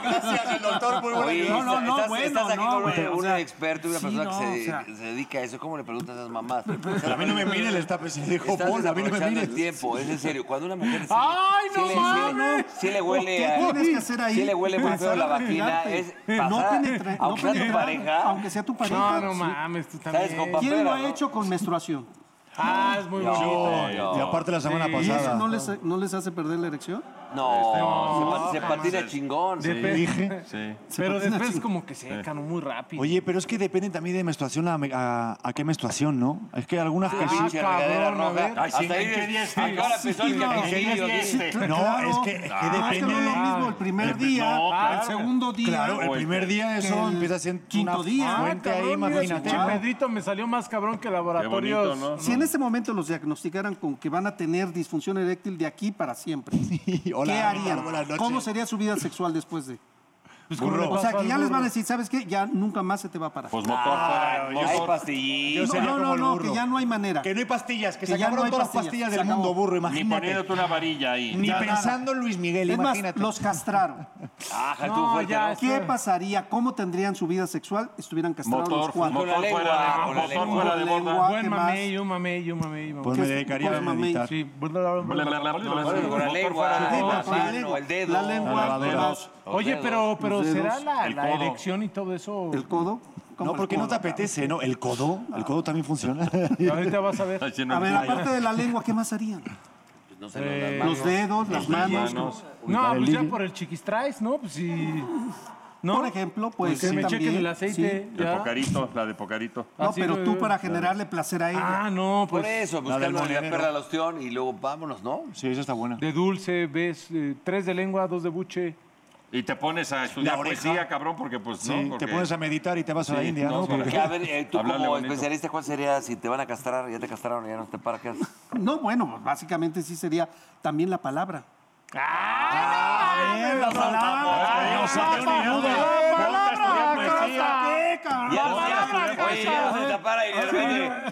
Gracias, el doctor. Muy buena
Oye,
ayuda.
no, no,
estás,
bueno,
estás aquí
no,
con
güey,
un,
o
un
sea,
experto, una
sí,
persona
no,
que se,
o sea.
que se dedica a eso. ¿Cómo le preguntas a esas mamás?
A mí no me mire, le está pensando. Dijo,
Estás
Paul, a mí no me
desaprovechando
mire.
el tiempo, es en serio. Cuando una mujer sí,
¡Ay,
sí
no
le, sí le-
mames!
sí le huele
¿Qué
a-
tienes que hacer ahí?
sí le huele más
Empezar
feo la
a
vagina,
fregarte.
es
no
pasar,
penetrar,
aunque
no
sea tu
penetrar,
pareja.
aunque sea tu pareja.
No, no
sí.
mames, tú
¿Sabes,
también.
compa?
¿Quién lo
Papera,
ha
¿no?
hecho con menstruación?
Ah, es muy bonito.
Y aparte la semana
¿Y eso
pasada.
no les, no les hace perder la erección?
No, se, pat- se patina chingón.
Depe-
Sí.
Pero después como que
Eh.
secan muy rápido.
Oye, pero es que depende también de menstruación a, a- a qué menstruación, ¿no? Es que algunas
Qué
personas...
pinche
cabrón,
regadera
a
roja.
ver.
Ay, sí,
Hasta ahí
¿en qué día es?
¿A qué hora empezó el
Sí, no,
capitulillo?
No,
Claro.
es que, es que
No, es que no
depende...
es lo mismo el primer día,
claro.
el segundo día.
Claro, el primer día eso
el
empieza siendo
quinto
una
día.
fuente
Ah,
ahí,
cabrón, mira,
imagínate.
pinche Pedrito me salió más cabrón que
Qué
laboratorios.
bonito, ¿no?
Si en este momento los diagnosticaran con que van a tener disfunción eréctil de aquí para siempre,
Hola,
¿qué harían?
buenas noches.
¿Cómo sería su vida sexual después de?
Pues,
Burro.
O sea, que ya les van a decir, ¿sabes qué? Ya nunca más se te va a parar.
Pues motor fuera.
Hay
motor.
pastillitas.
Yo
no,
sería
no,
como
no,
el
no,
burro.
que ya no hay manera.
Que no hay pastillas, que,
Que
se
ya
acabaron
no hay
todas las
pastillas,
pastillas
se
del mundo,
acabó.
burro,
Ni
imagínate.
poniéndote una varilla ahí.
Ni pensando en Luis Miguel,
es más,
imagínate.
los castraron.
Ah, ja, tú
No,
fuerte,
ya,
¿no?
¿Qué pasaría? ¿Cómo tendrían su vida sexual? Estuvieran castrados
Motor,
los cuatro.
Con la
motor fuera
lengua,
de,
con la
motor
lengua.
fuera de borda.
Lengua.
Buen
¿qué más?
mamey, un mamey, un mamey, un
Pues
mamey.
me dedicaría a
Pues, mamey,
meditar.
Sí.
Con la lengua,
Sí,
la
con la
mano,
lengua.
el dedo.
La
La
lengua,
lavadora.
el codo.
Oye,
dedos,
pero, pero
los dedos,
¿será la,
el
la
codo.
erección y todo eso?
el codo. ¿Cómo
No,
el
porque no te
codo?
apetece, ¿no? El codo, el codo también funciona.
Ahorita vas a ver.
A ver, aparte de la lengua, ¿qué más harían?
No sé,
Eh,
no, las manos.
Los dedos, las manos.
manos.
No, pues ya por el chiquistrais, ¿no? Pues sí. ¿No?
Por ejemplo, pues.
que me
también,
chequen el
sí.
aceite.
El
¿ya?
pocarito, la de pocarito.
No,
Así
pero
lo-
tú para generarle placer a ella.
Ah, no,
Por
pues.
eso,
la del
buscando la
molinero.
perla al ostión y luego vámonos, ¿no?
Sí, eso está bueno.
De dulce, ves, eh, tres de lengua, dos de buche.
Y te pones a
La
estudiar
oreja.
poesía, cabrón, porque pues
Sí,
no. Porque
te pones a meditar y te vas a la
Sí,
India, ¿no?
no, sí.
Porque-
Que, a ver, eh, tú
Hablarle
como
bonito.
especialista, ¿cuál sería si te van a castrar, ya te castraron, ya no te paras? ¿qué haces?
No, bueno, básicamente sí sería también la palabra.
¡Ah,
A ver, las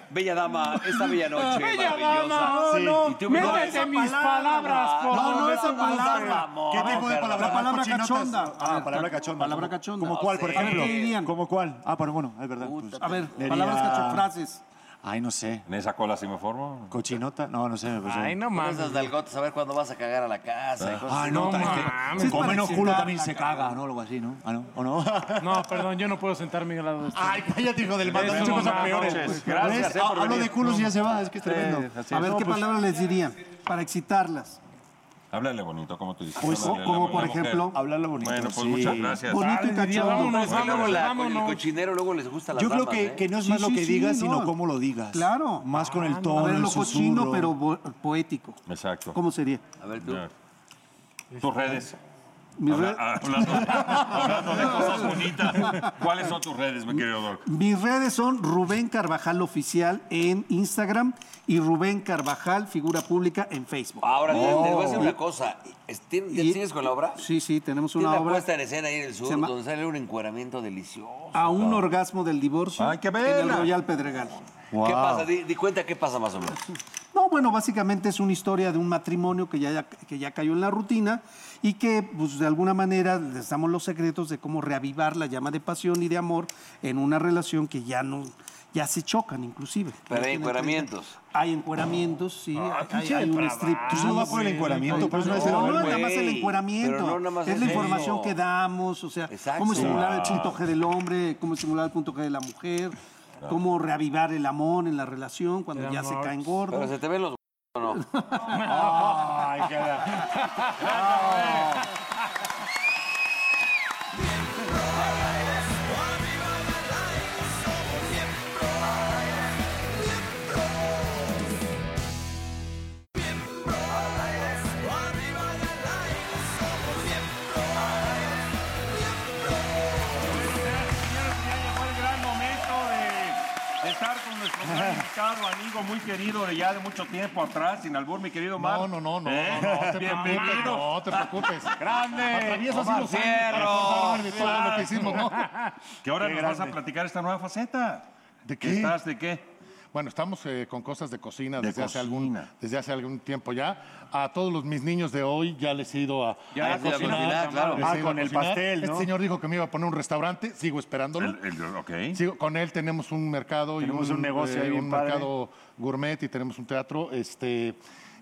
Bella dama, esta bella noche
Bella
maravillosa.
dama, oh, no,
Y tú me
métete
dices,
mis palabras, por
No, no,
favor,
esa
tú usas.
palabra. amor.
¿Qué tipo de
Pero-
palabra?
la palabra
Cochinotas.
cachonda. A
Ah,
ver,
palabra
ca-
cachonda.
palabra
¿Cómo-
cachonda.
¿Cómo cuál, por
Sí.
ejemplo?
¿Qué dirían?
¿Cómo cuál? Ah, pero bueno, es verdad. pues,
A ver,
diría-
palabras cachonfrases.
Ay, no sé.
¿En esa cola sí me formo?
Cochinota. No, no sé. me
Pues
parece-
Ay, no
Con
mames.
Esas dalgotas, a ver cuándo vas a cagar a la casa. y cosas
Ah,
así.
no,
No
tal vez
mames.
que
Sí,
con
es
menos
para
culo
excitar
también
la
se
cara.
caga, ¿no? Algo así, ¿no? Ah, no, ¿o no?
No, perdón, yo no puedo sentarme al lado de usted.
Ay, cállate, hijo del
Eso,
mandado. Son cosas
mamá,
peores.
no,
pues,
¿Ves? Ah,
gracias, eh, por
Hablo
venir.
de culos y ya se va. Es que es tremendo.
Sí, así
A
es.
ver,
No,
¿qué
pues,
palabras les dirían para excitarlas?
Háblale bonito, como tú dices.
Pues,
háblale a la
como
buena
por
mujer.
ejemplo-
Hablarlo bonito.
Bueno, pues
sí.
muchas gracias.
Bonito y
les diría,
cachondo.
vámonos,
Oye, luego
vámonos,
la- El
pues, vámonos.
cochinero luego les gusta las
Yo creo
damas,
que,
¿eh?
que no es
Sí,
más lo
sí,
que
sí,
digas,
no.
sino cómo lo digas.
Claro.
Más con el tono,
A ver,
el
lo cochino,
susurro.
pero bo- poético.
Exacto.
¿Cómo sería?
A ver, tú.
Ya. Tus redes.
Mi
Habla- ah,
red-
hablando, hablando de cosas bonitas. ¿Cuáles son tus redes, mi querido Doc?
Mis redes son Rubén Carvajal Oficial en Instagram y Rubén Carvajal Figura Pública en Facebook.
Ahora, te, te voy a decir una cosa. ¿Tien-
Y-
¿Te Ah, sigues con la obra?
Sí, sí, tenemos
Tiene
una
una
obra
puesta en escena ahí en el sur
Se llama-
donde sale un encueramiento delicioso.
a un orgasmo del divorcio
Ay, qué
en el
vela.
Royal Pedregal.
¿Qué pasa? Di, di cuenta qué pasa más o menos.
No, bueno, básicamente es una historia de un matrimonio que ya, que ya cayó en la rutina y que, pues, de alguna manera les damos los secretos de cómo reavivar la llama de pasión y de amor en una relación que ya no, ya se chocan inclusive.
Pero
Ya
hay
tienen
encueramientos.
30. Hay encueramientos, sí.
Ah,
hay- hay,
pinche
hay un
depravado,
strip.
Tú solo vas por el encuadramiento, por eso no es el
No, no,
amor.
nada más el
güey.
encueramiento.
Pero no nada más
es
es
la
eso.
información que damos, o sea,
Exacto.
cómo estimular el punto G del hombre, cómo estimular el punto G de la mujer, cómo reavivar el amor en la relación cuando
El
ya se
amor.
caen
Pero
gordos.
se te ven los o no.
Ay, qué la-
Fue el gran momento de, de estar con nuestro gran invitado, amigo muy querido de ya de mucho tiempo atrás, sin albur, mi querido Mar.
No, no, no, no,
¿Eh?
no, no, te
Bienvenido.
No te preocupes.
Eh, Grande.
Atravieso así los años. de todo lo que hicimos, ¿no?
Que ahora
Qué
nos vas a
grande.
platicar esta nueva faceta.
¿De
¿Qué estás? ¿De qué?
Bueno, estamos eh, con cosas de cocina
De
desde, Hace algún,
cocina.
desde hace algún tiempo ya. A todos los, mis niños de hoy ya les he ido a,
Ya
a
les he ido a cocinar, claro.
les
Ah,
he ido a
con el
cocinar.
pastel, ¿no?
Este señor dijo que me iba a poner un restaurante, sigo esperándolo.
El- el- ok.
Sigo- con él tenemos un mercado
Tenemos
y
un negocio ahí bien
un
padre.
mercado gourmet y tenemos un teatro. Este,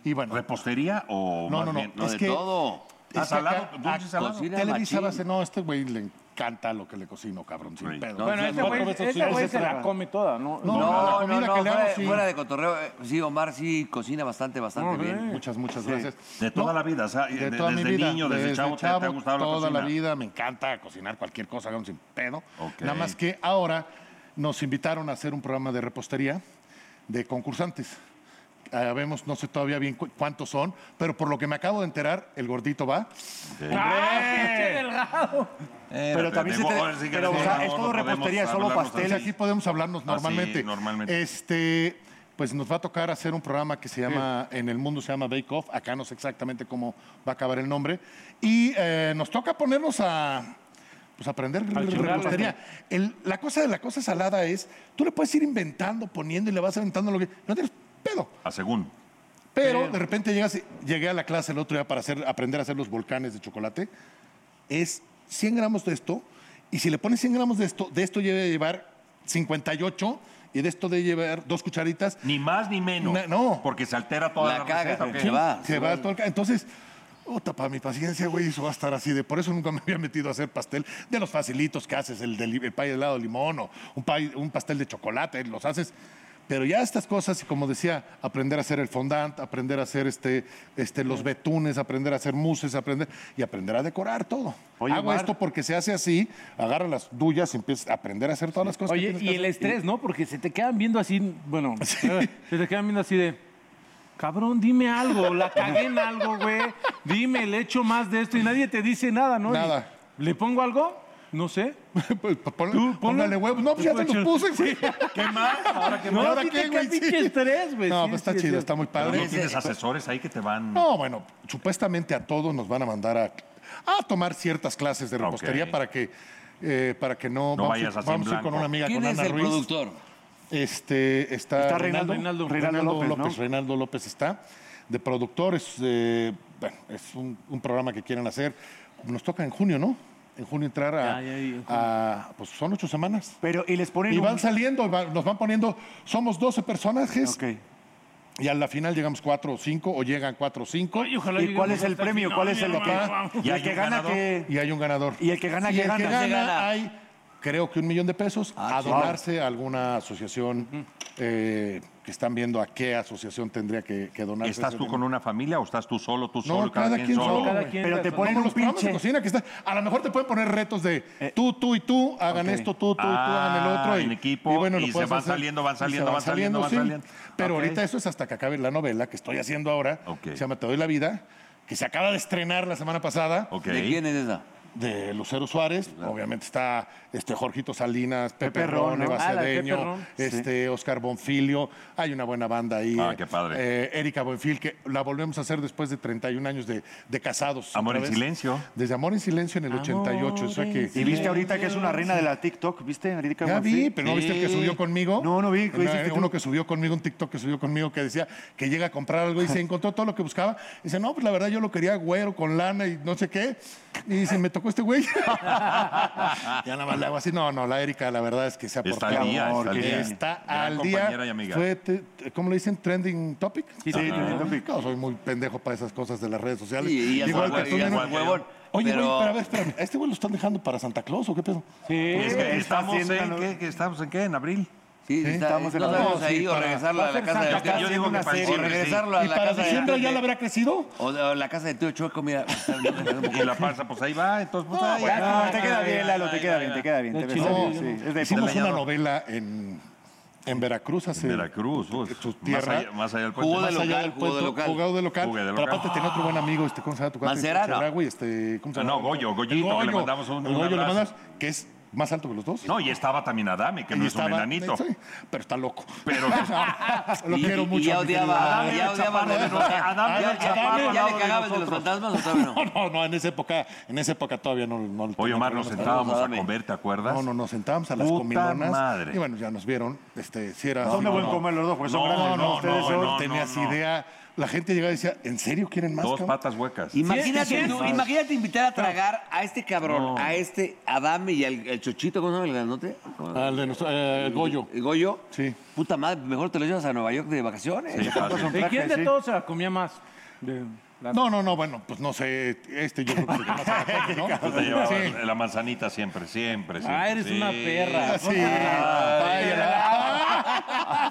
y bueno,
¿Repostería o
No,
más
no, no.
bien,
Es
de
que-
todo?
es
Ah,
que
salado,
acá-
dulce
ah,
salado.
cocina
Televisa
machín.
va a ser, no, este güey le encanta lo que le cocino, cabrón, sin
Sí.
pedo.
Bueno,
Entonces,
este
cuatro
güey
veces
este
sí,
güey
ese
se la
traga.
come toda, ¿no?
No, la
No, no,
comida
no,
que le hago,
fuera,
sí.
fuera de cotorreo. eh, Sí, Omar sí cocina bastante, bastante
No,
bien.
eh.
Muchas, muchas gracias.
De toda la vida, o sea, de- desde niño, desde chavo, te- te ha gustado la
Toda la
cocina.
vida, me encanta cocinar cualquier cosa, hagamos sin pedo.
Ok.
Nada más que ahora nos invitaron a hacer un programa de repostería de concursantes. Ah, vemos, no sé todavía bien cu- cuántos son, pero por lo que me acabo de enterar, el gordito va.
Pero también se te- pero, o sea, es todo repostería, solo
O sea,
pasteles.
aquí podemos hablarnos
Ah, sí,
normalmente.
normalmente.
Este, pues nos va a tocar hacer un programa que se llama, en el mundo se llama Bake Off. Acá no sé exactamente cómo va a acabar el nombre. Y eh, nos toca ponernos a. Pues aprender
chingarle.
repostería. El- la cosa de la cosa salada es, tú le puedes ir inventando, poniendo y le vas aventando lo que. No tienes pedo.
A según.
Pero de repente llegas, y- llegué a la clase el otro día para hacer, aprender a hacer los volcanes de chocolate. Es 100 gramos de esto. Y si le pones 100 gramos de esto, de esto debe llevar 58 y de esto debe llevar dos cucharitas.
Ni más ni menos.
Na- no.
Porque se altera toda la,
La caga,
receta, ¿o qué?
se va.
Se va todo el ca- Entonces, puta, para mi paciencia, güey, eso va a estar así. De, por eso nunca me había metido a hacer pastel de los facilitos que haces, el, de, li- el pay de helado de limón o un, pay- un pastel de chocolate, los haces. Pero ya estas cosas, y como decía, aprender a hacer el fondant, aprender a hacer este, este, los betunes, aprender a hacer muses, aprender y aprender a decorar todo.
Oye,
Hago
Omar.
esto porque se hace así, agarra las duyas y empiezas a aprender a hacer todas las cosas. que
Oye,
tienes que
y el
hacer.
estrés, ¿no? Porque se te quedan viendo así, bueno, eh, se te quedan viendo así de, cabrón, dime algo, la cagué en algo, güey, dime, le echo más de esto y nadie te dice nada, ¿no?
Nada.
¿Le pongo algo? No sé.
Pues, ponle-
Tú, ponle-
póngale huevos. No, pues ya te los puse, güey.
¿Qué más? Ahora que
No,
¿Y ahora
sí
qué,
te
güey?
cae pinche
Sí.
estrés, güey.
No,
sí,
pues
sí,
está
sí.
chido, está muy
Pero
padre. pues,
no tienes asesores ahí que te van.
No, bueno, supuestamente a todos nos van a mandar a a tomar ciertas clases de repostería
Ok.
para que eh, para que no,
No
vamos, a ir-
vayas así en
vamos a ir con
blanco.
una amiga
¿Quién
con
es
Ana
el
Ruiz.
productor?
Este está,
Está
Reinaldo,
Reinaldo,
Reinaldo,
Reinaldo
López,
López, ¿no?
Reinaldo López está de productor, es, eh, bueno, es un, un programa que quieren hacer. Nos toca en junio, ¿no? En junio entrar
Ya,
a,
ya, y en junio.
a- pues son ocho semanas.
Pero, y les ponen
Y
un-
van saliendo, va- nos van poniendo, somos 12 personajes
Ok.
y a la final llegamos cuatro o cinco o llegan cuatro o cinco
Oye, ojalá
¿Y
lleguemos
cuál es el
hasta
premio?
final,
¿Cuál es
mi
el que,
hermano? Vamos.
y el que gana que...
y hay un ganador.
Y el que gana,
y
que
el que
gana.
gana,
Se gana.
hay, creo que un millón de pesos a donarse a alguna asociación eh, que están viendo a qué asociación tendría que, que donarse.
¿Estás
ese
tú con
dinero.
una familia o estás tú solo, tú solo,
No, cada, quien solo.
Cada
güey.
quien
Pero
de
te
su-
ponen
Como
un
los programas de
pinche...
cocina que están. A lo mejor te pueden poner retos de
Eh,
tú, tú y tú, hagan
ok.
esto, tú, tú, tú,
Ah,
hagan el otro.
en equipo, y se
puedes
van saliendo, van
Y se
saliendo, van saliendo, van saliendo.
Pero
Ok.
ahorita eso es hasta que acabe la novela que estoy haciendo ahora.
Ok.
Se llama Te doy la vida, que se acaba de estrenar la semana pasada
Ok.
¿De quién es esa?
de Lucero Suárez, obviamente está este Jorgito Salinas, Pepe,
Pepe
Ron,
Ron, ¿no?
Eva
Ah, la de
Cedeño,
Pepe Ron.
este, Oscar Bonfilio, hay una buena banda ahí.
Ah,
eh,
qué padre.
eh, Erika Bonfil, que la volvemos a hacer después de 31 años de, de casados.
Amor
pues, otra
en
vez.
silencio.
Desde Amor en Silencio en el 88, o sea que...
Y viste ahorita que es una reina de la TikTok, ¿viste? Erika
Ya
Buenfil?
vi, pero ¿no viste el que
Sí.
subió conmigo?
No, no vi. ¿qué
Una-
hiciste tú?
uno que subió conmigo, un TikTok que subió conmigo, que decía que llega a comprar algo y se encontró todo lo que buscaba. Dice, no, pues la verdad yo lo quería güero, con lana y no sé qué. Y dice, me tocó este güey. ya nada más le hago así. No, no, la Erika, la verdad es que se ha
Está
portado.
al día,
amor,
está
está al
al día. Gran compañera
día.
y amiga.
Fue, eh, te- te- ¿cómo le dicen? ¿Trending topic? Ah,
Sí, sí, Trending Topic.
No, soy muy pendejo para esas cosas de las redes sociales.
Y- y ya
Igual
sabes,
que tú,
ya
nena.
sabes, huevón.
Oye,
Pero-
güey, pero a ver, espérame. ¿A este güey lo están dejando para Santa Claus o qué pedo?
Es que estamos
haciendo
en
una
qué, ¿Qué estamos en qué, en abril.
Sí, está-
estamos en
no
la-
sabemos
no,
ahí
sí,
o
para-
regresarlo
va a
a la
ser
Eh,
casa
Santa
de
Claus,
yo digo que para
O
diciembre, sí.
regresarlo a
¿Y
la
para
casa de
diciembre ya le habrá crecido?
O de- o la casa de tío Chueco, mira.
Y la panza, pues ahí va, entonces pues,
No,
ahí
bueno.
va.
Ah, te queda bien, Lalo, te
Ahí
queda
va,
bien,
ahí
te
va.
queda bien. te
El
ves-
chile
sí,
de-
sí, es de
Hicimos
Leñador.
una novela en, en Veracruz hace.
Veracruz, uf,
en tu
más,
tierra.
allá, más allá del
Jugó
puente.
de
Más allá
local,
del
jugó de
puerto,
local.
jugado de local.
Jugué de
Pero
local.
aparte tenía otro buen amigo, este, ¿cómo se llama tu cuate?
Macerano.
Chedraui, este, ¿cómo se
Ah,
llama?
no, Goyo, Goyito,
El
que le mandamos un-
el
un
Goyo le
abrazo.
mandas, que es más alto que los dos.
No, y estaba también Adame, que
Y
no es
estaba-
un enanito.
sí, pero está loco.
Pero
Lo
Y-
quiero
y-
mucho.
Y ya
mi querido
odiaba,
Adame.
ya odiaba a los
Adame,
fantasmas. Ya-
Chaparro,
ya-
al
¿Ya
lado
le
de
cagabas de los
nosotros.
fantasmas o todavía no?
No, no, no, en esa época, en esa época todavía no. no
Oye, Omar, nos
no-
sentábamos a
Adame.
comer, ¿te acuerdas?
No, no, nos sentábamos a las
Puta
comilonas.
madre.
Y bueno, ya nos vieron. Este, si era.
Son de
sí,
buen
no.
comer los dos, porque son
No,
grandes,
Pues no,
¿no? Ustedes
no,
son-
no tenías
no.
idea. La gente llegaba y decía, ¿en serio quieren más?
Dos
cabrón?"
patas huecas.
Imagínate, tú, imagínate invitar a tragar a este cabrón, a este Adame y al el Chochito, ¿cómo se llama el grandote?
Al de nuestro- eh, Goyo.
El Goyo.
Sí.
Puta madre, mejor te lo llevas a Nueva York de vacaciones.
Sí, fácil.
¿De quién de todos se la comía más? De- la-
No, no, no, bueno, pues no sé. Este yo creo que se llama Saracón, ¿no?
Tú te llevabas
Sí.
la manzanita siempre, siempre, siempre.
Ah, eres
sí.
una perra.
Sí. Ay, ay,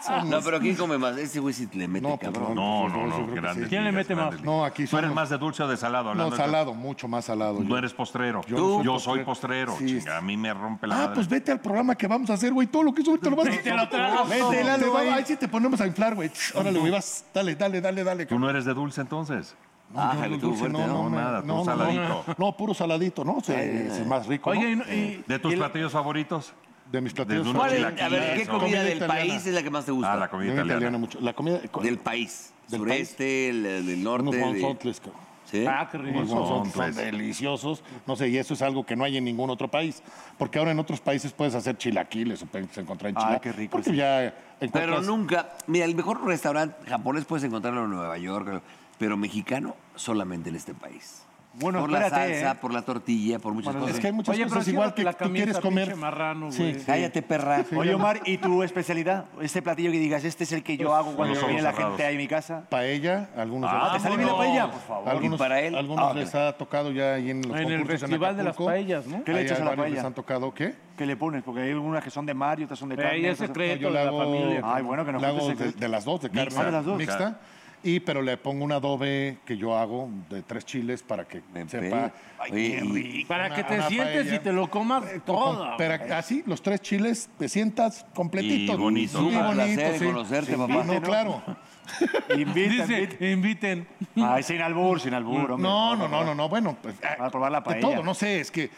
ay.
No, pero ¿quién come más? Ese güey sí le mete,
No, pues,
cabrón.
No, no,
Yo
no,
creo que
grandes
sí.
¿Quién le
ligas,
mete más?
grandes ligas.
No, aquí
¿Tú eres
somos-
más de dulce o de salado?
No,
Hablando de-
salado, mucho más salado.
No eres postrero.
Yo no soy
Yo soy
postrero.
postrero.
Sí,
chinga, a mí me rompe la
Ah,
madre.
pues vete al programa que vamos a hacer, güey. Todo lo que sube te lo vas a
te lo tragas
Vete,
todo.
dale,
Tú
va-
ahí.
Ahí sí te ponemos a inflar, güey. Órale, güey, vas. Dale, dale, dale, dale.
¿Tú no eres de dulce entonces?
No,
Ah,
yo
jale,
lo
tú
dulce,
fuerte,
no,
me-
nada, tú
no, no,
saladito.
No, no, puro saladito, ¿no? Sí, es más rico. ¿no?
Oye, y no-
Eh,
y-
¿De tus platillos favoritos?
de mis platillos.
de unos
favoritos.
¿Cuál es,
chilaquiles,
a ver, ¿qué
Comida
comida del
italiana.
país es la que más te gusta?
Ah, la comida
Comida
italiana.
italiana mucho. La comida
Del país.
¿Del
Sureste, el- del norte.
Unos
de-
bonzontles, cabrón.
¿Sí?
Ah, qué rico.
Unos bonzontles son
Bonzontles.
deliciosos. No sé, y eso es algo que no hay en ningún otro país. Porque ahora en otros países puedes hacer chilaquiles o puedes encontrar
Ah,
chilaquiles.
qué rico,
Porque
sí.
ya
Pero
encuentras...
nunca, mira, el mejor restaurante japonés puedes encontrarlo en Nueva York, pero mexicano solamente en este país.
Bueno,
por
espérate,
la salsa,
eh.
por la tortilla, por muchas cosas.
Es que hay muchas
Oye, pero
cosas
sí
igual
date
que
la
tú quieres
camisa,
comer.
pinche marrano,
Sí.
güey.
Cállate, perra.
Oye, Omar, ¿y tu especialidad? Ese platillo que digas, este es el que yo hago cuando
los ojos
viene la
cerrados.
gente ahí a mi casa.
Paella, algunos...
Ah, ¿te sale bien la paella? Por favor.
Algunos,
¿Y para él?
algunos
Ah,
les ha tocado ya ahí en los
En el
concursos
Festival de las
Acapulco.
Paellas, ¿no?
¿Qué le
Ahí
echas
hay
a la
varios
paella?
Les han tocado, ¿qué?
¿Qué le pones? Porque hay algunas que son de mar y otras son de carne.
Ey, es
otras-
secreto
yo
de
la
la
hago-
familia.
Ay, bueno, que nos
la hago
cuentes
de,
secreto.
de las dos, de carne
Mixta. Ah, de las dos.
mixta. Y pero le pongo un adobe que yo hago de tres chiles para que
Me
sepa.
pega. Oye, y-
Para
Una-
que te
una
sientes
paella. Eh,
y te lo comas todo.
Pero así, los tres chiles, te sientas completito.
Y bonito.
Y
Un
bonito,
placer
sí.
conocerte, papá.
Ah, No, claro.
Invita,
Dice, inviten.
invita. Ay, sin albur, sin albur, hombre.
No, no, no, no, no. Bueno, pues. ah,
Para probar la
De
paella.
todo, no sé, es que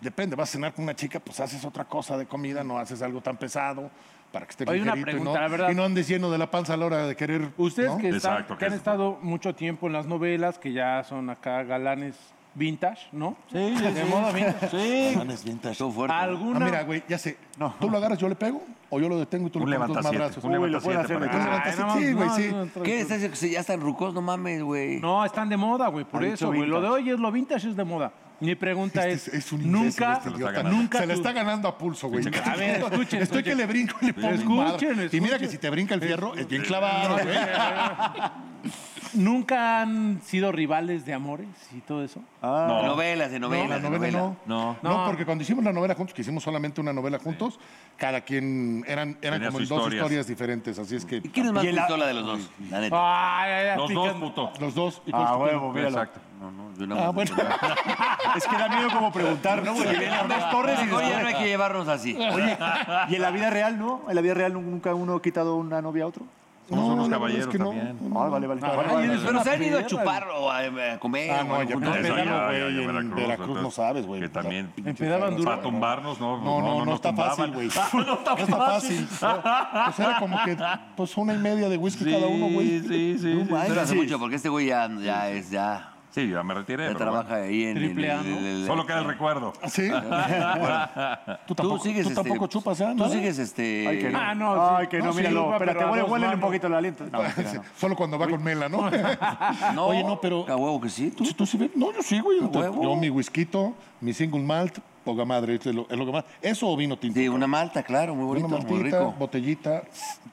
depende, vas a cenar con una chica, pues haces otra cosa de comida, no haces algo tan pesado para que esté
Oye, una
ligerito y
pregunta,
no-
la verdad.
y no andes lleno de la panza a la hora de querer.
Ustedes
¿no?
que, están-
Exacto,
que
que
han
es-
estado mucho tiempo en las novelas, que ya son acá galanes vintage, ¿no? Sí, de moda vintage.
Manes vintage.
Alguna-
Ah, mira, güey, ya sé. Tú lo agarras, yo le pego, o yo lo detengo y tú
Un
le pegas dos
levantasiete,
madrazos. Ah,
un
Uy,
levantasiete
puedo hacer,
para
güey, un
acá.
levantasiete,
Ay, no,
sí, güey,
no,
sí.
no, no,
¿Qué es eso? Si ya están rucos, no mames, güey.
No, están de moda, güey, por
Ha
eso,
dicho
güey. Lo de
vintage.
hoy es lo vintage es de moda. Mi pregunta
Este
es,
es, es un imbécil,
nunca,
este idiota.
nunca
Se le
tu-
está ganando a pulso, güey.
A ver, escuchen,
Estoy que
escuchen.
le brinco y le pongo un
Escuchen,
madra. Y mira
escuchen.
que si te brinca el fierro, es bien clavado, güey.
nunca han sido rivales de amores y todo eso.
No.
Ah, Novelas, de
No,
novelas.
la
de
novela
novelas.
no.
No.
No, porque cuando hicimos la novela juntos, que hicimos solamente una novela juntos, cada quien eran, eran
Tenía
como
sus
dos
historias.
historias diferentes. Así es que
¿Y quién es más pistola de los dos? La neta.
Ay, ay, ay,
Los dos, pues.
pican-
puto.
los dos. ¿y cuál es
Ah,
tu tema?
huevo, míralo.
Exacto.
No, no, yo no.
Ah, bueno.
Es que da miedo como preguntar, ¿no? Porque vienen las dos torres y
Mejor ya
después-
no hay que llevarnos así.
Y en la vida real, ¿no? En la vida real nunca uno ha quitado una novia a otro.
Somos
No,
unos
la verdad es
caballeros
que no.
también.
Ah, vale, vale. Vale, vale.
Pero se han ido a chupar o a, eh, a comer.
Ah,
o
no,
algo
ya
juntos.
empezamos,
Esa ya,
güey.
ya, ya,
en
Veracruz,
Veracruz, no
entonces,
sabes, güey.
que también-
Empezaban duro.
Para tumbarnos, no,
No, no, no,
nos
está fácil,
tumbaban.
güey. No está fácil. Pues era como que pues una y media de whisky cada uno, güey.
sí, sí.
Pero hace mucho, porque este güey ya, ya es, ya,
Sí, ya me retiré.
ya
pero
trabaja ahí en
Triple
en-
A, ¿no?
en- en-
bueno. Solo queda el recuerdo.
Sí. Bueno, tú tampoco, tú
sigues, este,
tampoco chupas, ¿eh?
Tú sigues este.
Ay, que no.
Ah, no,
Ay, que no,
no, sí,
míralo.
va,
Espérate,
pero a
huele,
dos
huele un
manos.
poquito el aliento. No, mentira, no.
Solo cuando va con Mela, ¿no?
No,
Oye, no, pero-
A huevo que sí, tú.
¿Tú sí ves? No, yo sí, güey. Yo,
huevo.
yo mi whisky, mi single malt, poca madre, es lo, es lo que más. ¿Eso o vino tinto?
Sí,
cabrón?
una malta, claro, muy bonito,
Una
muy
maltita,
rico.
botellita,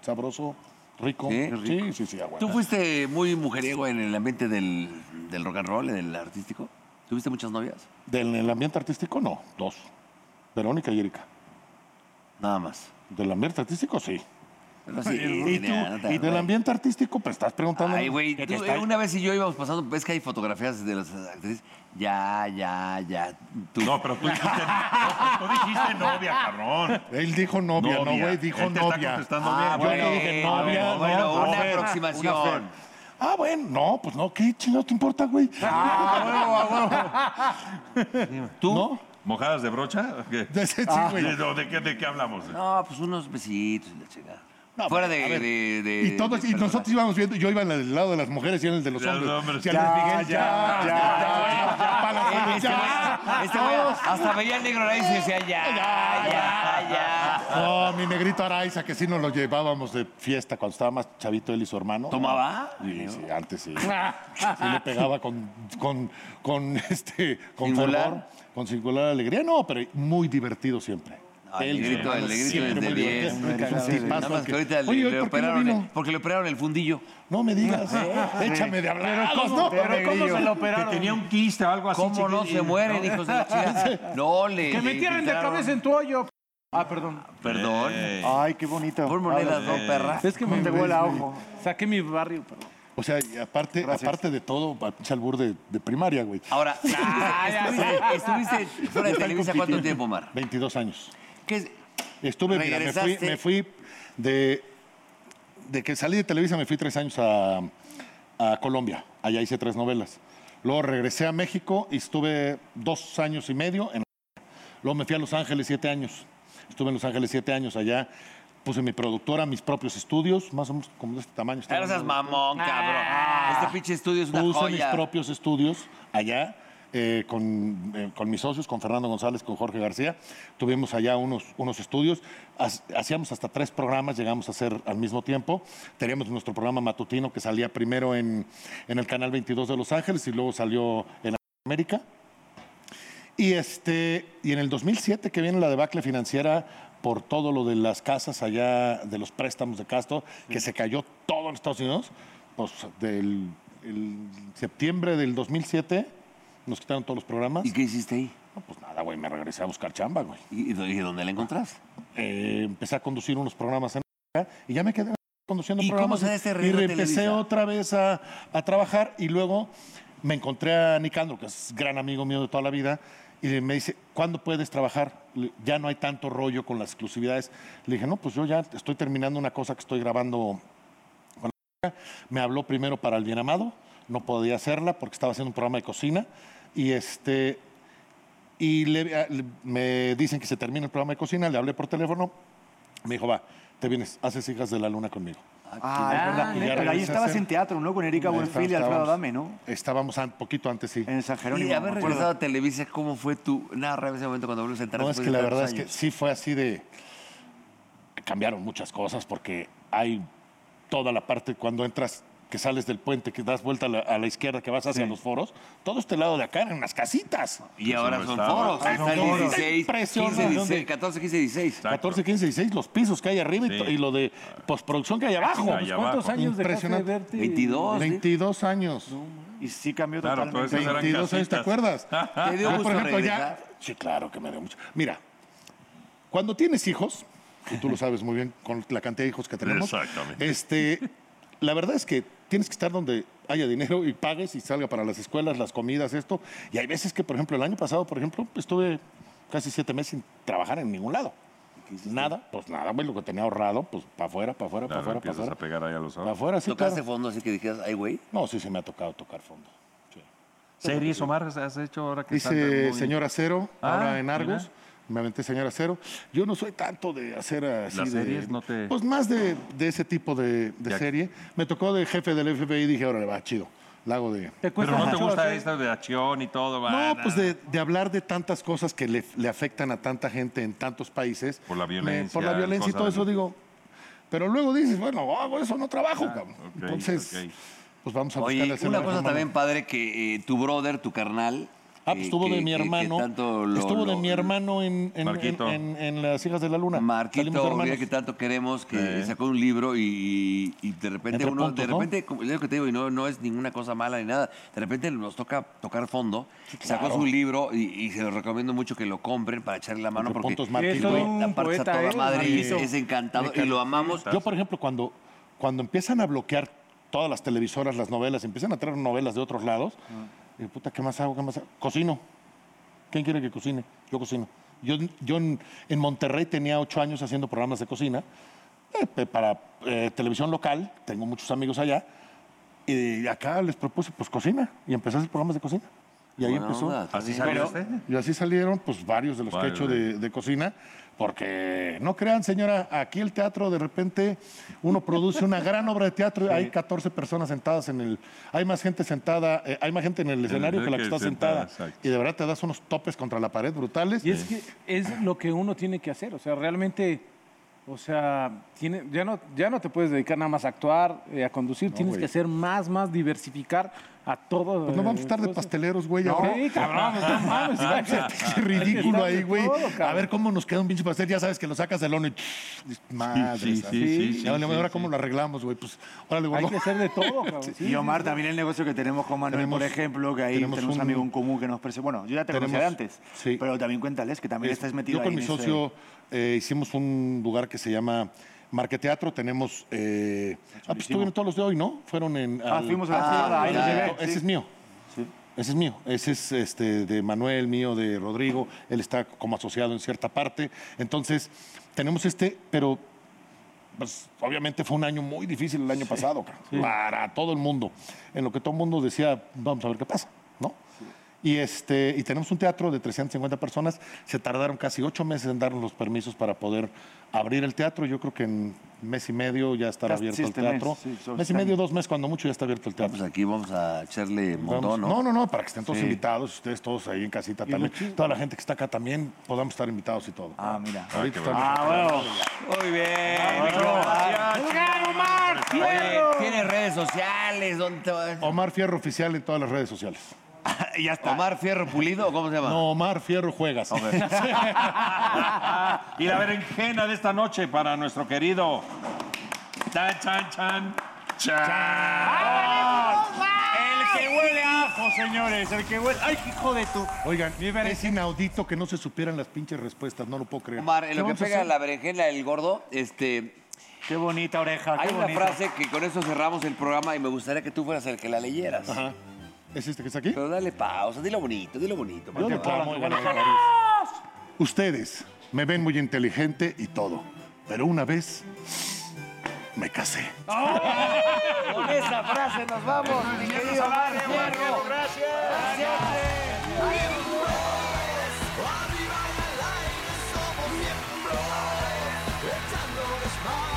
sabroso, rico.
Sí,
Sí,
rico.
sí, sí, sí, agua.
¿Tú fuiste muy mujeriego en el ambiente del, del rock and roll, en el artístico? ¿Tuviste muchas novias?
Del el ambiente artístico, no, dos. Verónica y Erika.
Nada más.
Del ambiente artístico, sí.
Pero sí,
¿Y tú?
tenía- no te-
¿Y del ambiente artístico? Pues estás preguntando.
Ay, güey,
Que te
tú,
está-
eh, una vez y yo íbamos pasando, ves que hay fotografías de las actrices. Ya, ya, ya. Tú.
No, pero tú dijiste, no, tú dijiste novia, cabrón.
Él dijo novia, no, güey, dijo
Él te Está
novia.
contestando
Ah,
bien.
yo
bueno,
le dije
bueno,
novia, no,
bueno,
no,
una
fer,
aproximación.
Ah, bueno, no, pues no, ¿qué chingados te importa, güey?
¿Tú?
¿No?
¿Mojadas de brocha? ¿O qué?
Sí, sí, güey.
¿De, no, de qué, de qué hablamos?
No, pues unos besitos y la chingada.
No,
Fuera
pero,
de,
a ver,
de- de-
y todos,
de
y
personas.
nosotros íbamos viendo, yo iba en el del lado de las mujeres y en el de los
Ya,
hombres.
no, hombre.
pues, Si a Luis Miguel, ya, ya, ya, ya, pa' la
Eh,
buena,
Este
ya.
güey- este güey hasta veía el negro ahí y decía, ya, ya, ya.
No, mi negrito Araiza, que sí nos lo llevábamos de fiesta cuando estaba más chavito él y su hermano.
¿Tomaba?
Sí, sí, antes sí. Sí le pegaba con, con, con, este, con
Singular.
fervor, con singular alegría. No, pero muy divertido siempre.
No, el negrito- el negrito es de
muy
10.
divertido. Es un tipazo
Nada más
el
que
que-
ahorita le,
Oye,
le
hoy, ¿por qué no
operaron, el-
vino? Ah,
porque le operaron el fundillo.
No me digas. Échame de hablar. ¿no?
Pero ¿cómo se lo
Que
operaron?
tenía un quiste o algo así.
¿Cómo no se
chiquitín.
mueren, hijos de la chica? No, le.
Que
le
me tiren de
infiltraron.
cabeza en tu hoyo. Ah, perdón.
Perdón.
Ay, qué bonito.
Por monedas, no, perra.
Es que
No
me
te huela a ojo.
Saqué mi barrio, perdón.
O sea, y aparte, aparte de todo, pinche albur de, de primaria, güey.
Ahora, estuviste, estuviste fuera de
Están
Televisa cuánto
compitiendo.
tiempo, Mar?
22 años.
¿Qué es?
Estuve, mira, me fui,
Regresaste.
me fui de, de que salí de Televisa, me fui tres años a, a Colombia. Allá hice tres novelas. Luego regresé a México y estuve dos años y medio. En... Luego me fui a Los Ángeles siete años. Estuve en Los Ángeles siete años allá. Puse mi productora, mis propios estudios, más o menos como de este tamaño.
Ya no seas mamón, cabrón. Este pinche estudio es una
Puse Ah. mis
joya.
propios estudios allá eh, con, eh, con mis socios, con Fernando González, con Jorge García. Tuvimos allá unos, unos estudios. Has- hacíamos hasta tres programas, llegamos a hacer al mismo tiempo. Teníamos nuestro programa matutino que salía primero en, en el Canal 22 de Los Ángeles y luego salió en América. Y, este, y en el 2007 que viene la debacle financiera por todo lo de las casas allá, de los préstamos de Castro, que se cayó todo en Estados Unidos, pues del el septiembre del 2007 nos quitaron todos los programas.
¿Y qué hiciste ahí?
No, pues nada, güey, me regresé a buscar chamba, güey.
¿Y, y dónde la encontraste?
Eh, empecé a conducir unos programas en y ya me quedé conduciendo
¿Y cómo
programas.
se da ese
y
río de
empecé
Televisa?
otra vez a, a trabajar y luego me encontré a Nicandro, que es gran amigo mío de toda la vida, y me dice, ¿cuándo puedes trabajar? Le- Ya no hay tanto rollo con las exclusividades. Le dije, no, pues yo ya estoy terminando una cosa que estoy grabando me habló primero para el bien amado, no podía hacerla porque estaba haciendo un programa de cocina y este y le- a- le- me dicen que se termina el programa de cocina, le hablé por teléfono, me dijo, va, te vienes, haces hijas de la luna conmigo.
Ah, es verdad.
Y
Pero
ya
ahí
regresé a
estabas
hacer-
en teatro, ¿no? Con Erika
Ahí
Buenfil y
estábamos-
Alfredo Adame, ¿no?
Estábamos un poquito antes, sí.
En San Jerónimo.
Y haber
me acuerdo.
regresado a Televisa, ¿cómo fue tu narra ese momento cuando volvimos a entrar?
No, es
después
que
de
la
tantos
verdad es que
años?
sí fue así de. Cambiaron muchas cosas porque hay toda la parte cuando entras, que sales del puente, que das vuelta a la, a la izquierda, que vas hacia los foros, todo este lado de acá eran unas casitas.
Y ahora
no
son
estaba.
foros.
Ah,
Ahí
son
está el
foros.
16, 15,
Impresionante.
16, 14, 15, 16.
14, 15, 16, los pisos que hay arriba y
Sí.
to- y lo de postproducción que hay abajo.
Ahí
¿Cuántos
abajo.
años dejaste de
Impresionante.
verte?
22. ¿eh?
22 años.
Y sí cambió
Claro,
totalmente.
pues,
todas esas eran
22 años, ¿te
casitas.
acuerdas?
¿Te dio
Yo,
gusto
por ejemplo, ya.
regresar?
Sí, claro que me dio mucho. Mira, cuando tienes hijos, y tú lo sabes muy bien con la cantidad de hijos que tenemos.
Exactamente.
Este, la verdad es que tienes que estar donde haya dinero y pagues y salga para las escuelas, las comidas, esto. Y hay veces que, por ejemplo, el año pasado, por ejemplo, estuve casi siete meses sin trabajar en ningún lado. Nada, pues nada, güey, lo que tenía ahorrado, pues para afuera, para afuera, para
Claro,
afuera, para
empiezas a
afuera.
pegar ahí a los
Para
ojos.
afuera, sí,
¿Tocaste
claro.
fondo así que dijeras, ay, güey?
No, sí se me ha tocado tocar fondo. Sí.
¿Series, Omar, has hecho ahora que
Dice Señor Acero,
Ah,
ahora en Argos.
mira.
Me aventé Señor Acero. Yo no soy tanto de hacer así.
Las
de-
series no te-
Pues más de, de ese tipo de, de
Ya.
serie. Me tocó de jefe del FBI y dije, órale, va, chido. La hago de...
¿Te cuesta
Pero no te
mucho
gusta
hacer-
esta de acción y todo, va.
No,
nada.
pues de, de hablar de tantas cosas que le, le afectan a tanta gente en tantos países.
Por la
Me-
violencia,
por la violencia y
cosas
todo eso,
del-
digo... Pero luego dices, bueno, hago eso, no trabajo, cabrón.
Ah, ok,
Entonces,
ok.
pues vamos a buscar
Oye, una cosa también padre que eh, tu brother, tu carnal.
Ah,
que-
pues estuvo
que-
de mi
que- que
hermano.
tanto lo-
estuvo de
lo-
mi hermano en, en-
Marquito.
en- en- en Las Hijas de la Luna. Salimos
Marquito,
hermanos.
mira que tanto queremos, que
Sí.
sacó un libro y, y de repente
Entre
uno, de
puntos, ¿no?
repente, como es lo que te digo, y no, no es ninguna cosa mala ni nada, de repente nos toca tocar fondo, sacó su libro y, y se lo recomiendo mucho que lo compren para echarle la mano
Entre
porque
puntos, Marquito.
el
Eso
güey,
es un
aparte está
poeta,
toda
¿eh?
madre y es,
Marquito.
es encantado y lo amamos.
Yo, por ejemplo, cuando, cuando empiezan a bloquear todas las televisoras, las novelas, empiezan a traer novelas de otros lados,
Ah.
digo, puta, ¿qué más hago? ¿Qué más hago? Cocino. ¿Quién quiere que cocine? Yo cocino. Yo, yo en, en Monterrey tenía ocho años haciendo programas de cocina eh, pe- para eh, televisión local, tengo muchos amigos allá, y acá les propuse, pues cocina, y empecé a hacer programas de cocina. Y ahí
Buena
empezó.
onda.
¿Así salió este?
Y así salieron pues varios de los
Varios,
que he hecho de, de cocina, porque no crean, señora, aquí el teatro de repente uno produce una gran obra de teatro y hay 14 personas sentadas en el hay más gente sentada, eh, hay más gente en el escenario que la que está
sentada,
sentada.
exacto.
Y de verdad te das unos topes contra la pared brutales.
Y es que es lo que uno tiene que hacer, o sea, realmente, o sea, tiene, ya, no, ya no te puedes dedicar nada más a actuar, eh, a conducir, tienes
güey.
que hacer más, más, diversificar a todo.
Pues no vamos a estar de
pastel.
pasteleros, güey.
No,
ahora.
sí, cabrón, no mames,
Qué ridículo ahí, güey.
Todo, cabrón.
A ver cómo nos queda un pinche pastel. Ya sabes que lo sacas del horno y... Madre
sí,
santa.
sí, sí, sí,
Ya, vale,
sí,
ahora
sí.
cómo lo arreglamos, güey. Pues, órale,
Hay
gordo.
que hacer de todo, cabrón. sí,
Este, Y Omar, también el negocio que tenemos con Manuel,
Tenemos-
por ejemplo, que ahí
tenemos
tenemos, un
un-
amigo en común que nos presentó. Bueno, yo ya te conocía de
Tenemos-
antes,
sí.
pero también cuéntales que también
Es-
estás metido
Yo
ahí
con
en
mi
ese-
socio eh, hicimos un lugar que se llama Marqueteatro. Tenemos. eh, ah, pues estuvieron todos los de hoy, ¿no? Fueron en.
Ah,
al-
fuimos a la ciudad, ahí lo llevé,
Ese
sí.
es mío. Ese es mío, ese es este, de Manuel, mío, de Rodrigo, él está como asociado en cierta parte. Entonces, tenemos este, pero pues, obviamente fue un año muy difícil el año pasado, cabrón, para todo el mundo, en lo que todo el mundo decía, vamos a ver qué pasa, ¿no? Y, este, y tenemos un teatro de 350 personas, se tardaron casi ocho meses en darnos los permisos para poder abrir el teatro, yo creo que en mes y medio ya estará
Casi
abierto el
este mes,
teatro,
sí, sobre
mes
este
y medio,
año.
dos meses, cuando mucho ya está abierto el teatro.
Pues aquí vamos a echarle
Vamos.
montón, ¿no?
No, no, no, para que estén todos invitados, ustedes todos ahí en casita también. Toda la gente que está acá también, podamos estar invitados y todo.
Ah, mira.
Ahorita estamos-
Muy bien. Oye, tienes Eh, redes sociales, ¿dónde te vas?
Omar Fierro Oficial en todas las redes sociales.
ya está.
Omar Fierro Pulido, ¿o ¿cómo se llama?
No, Omar Fierro Juegas.
Y la berenjena de esta noche para nuestro querido. Chan, chan, chan.
El que huele a ajo, señores. El que huele. ¡Ay, hijo de tu!
Oigan, es inaudito que no se supieran las pinches respuestas, no lo puedo creer.
Omar, en lo
¿Qué
que
vamos a
pega
hacer?
la berenjena el gordo, este,
Qué bonita oreja.
hay
qué
una
bonita.
frase que con eso cerramos el programa y me gustaría que tú fueras el que la leyeras.
Ajá. ¿Es este que está aquí?
Pero dale pausa, dilo bonito, dilo bonito.
Yo
Mateo.
le pongo muy buena cara. Ustedes me ven muy inteligente y todo, pero una vez me casé.
Con esa frase nos vamos, mi querido Omar Fierro.
Arriba y al aire somos miembros, echando desmadre.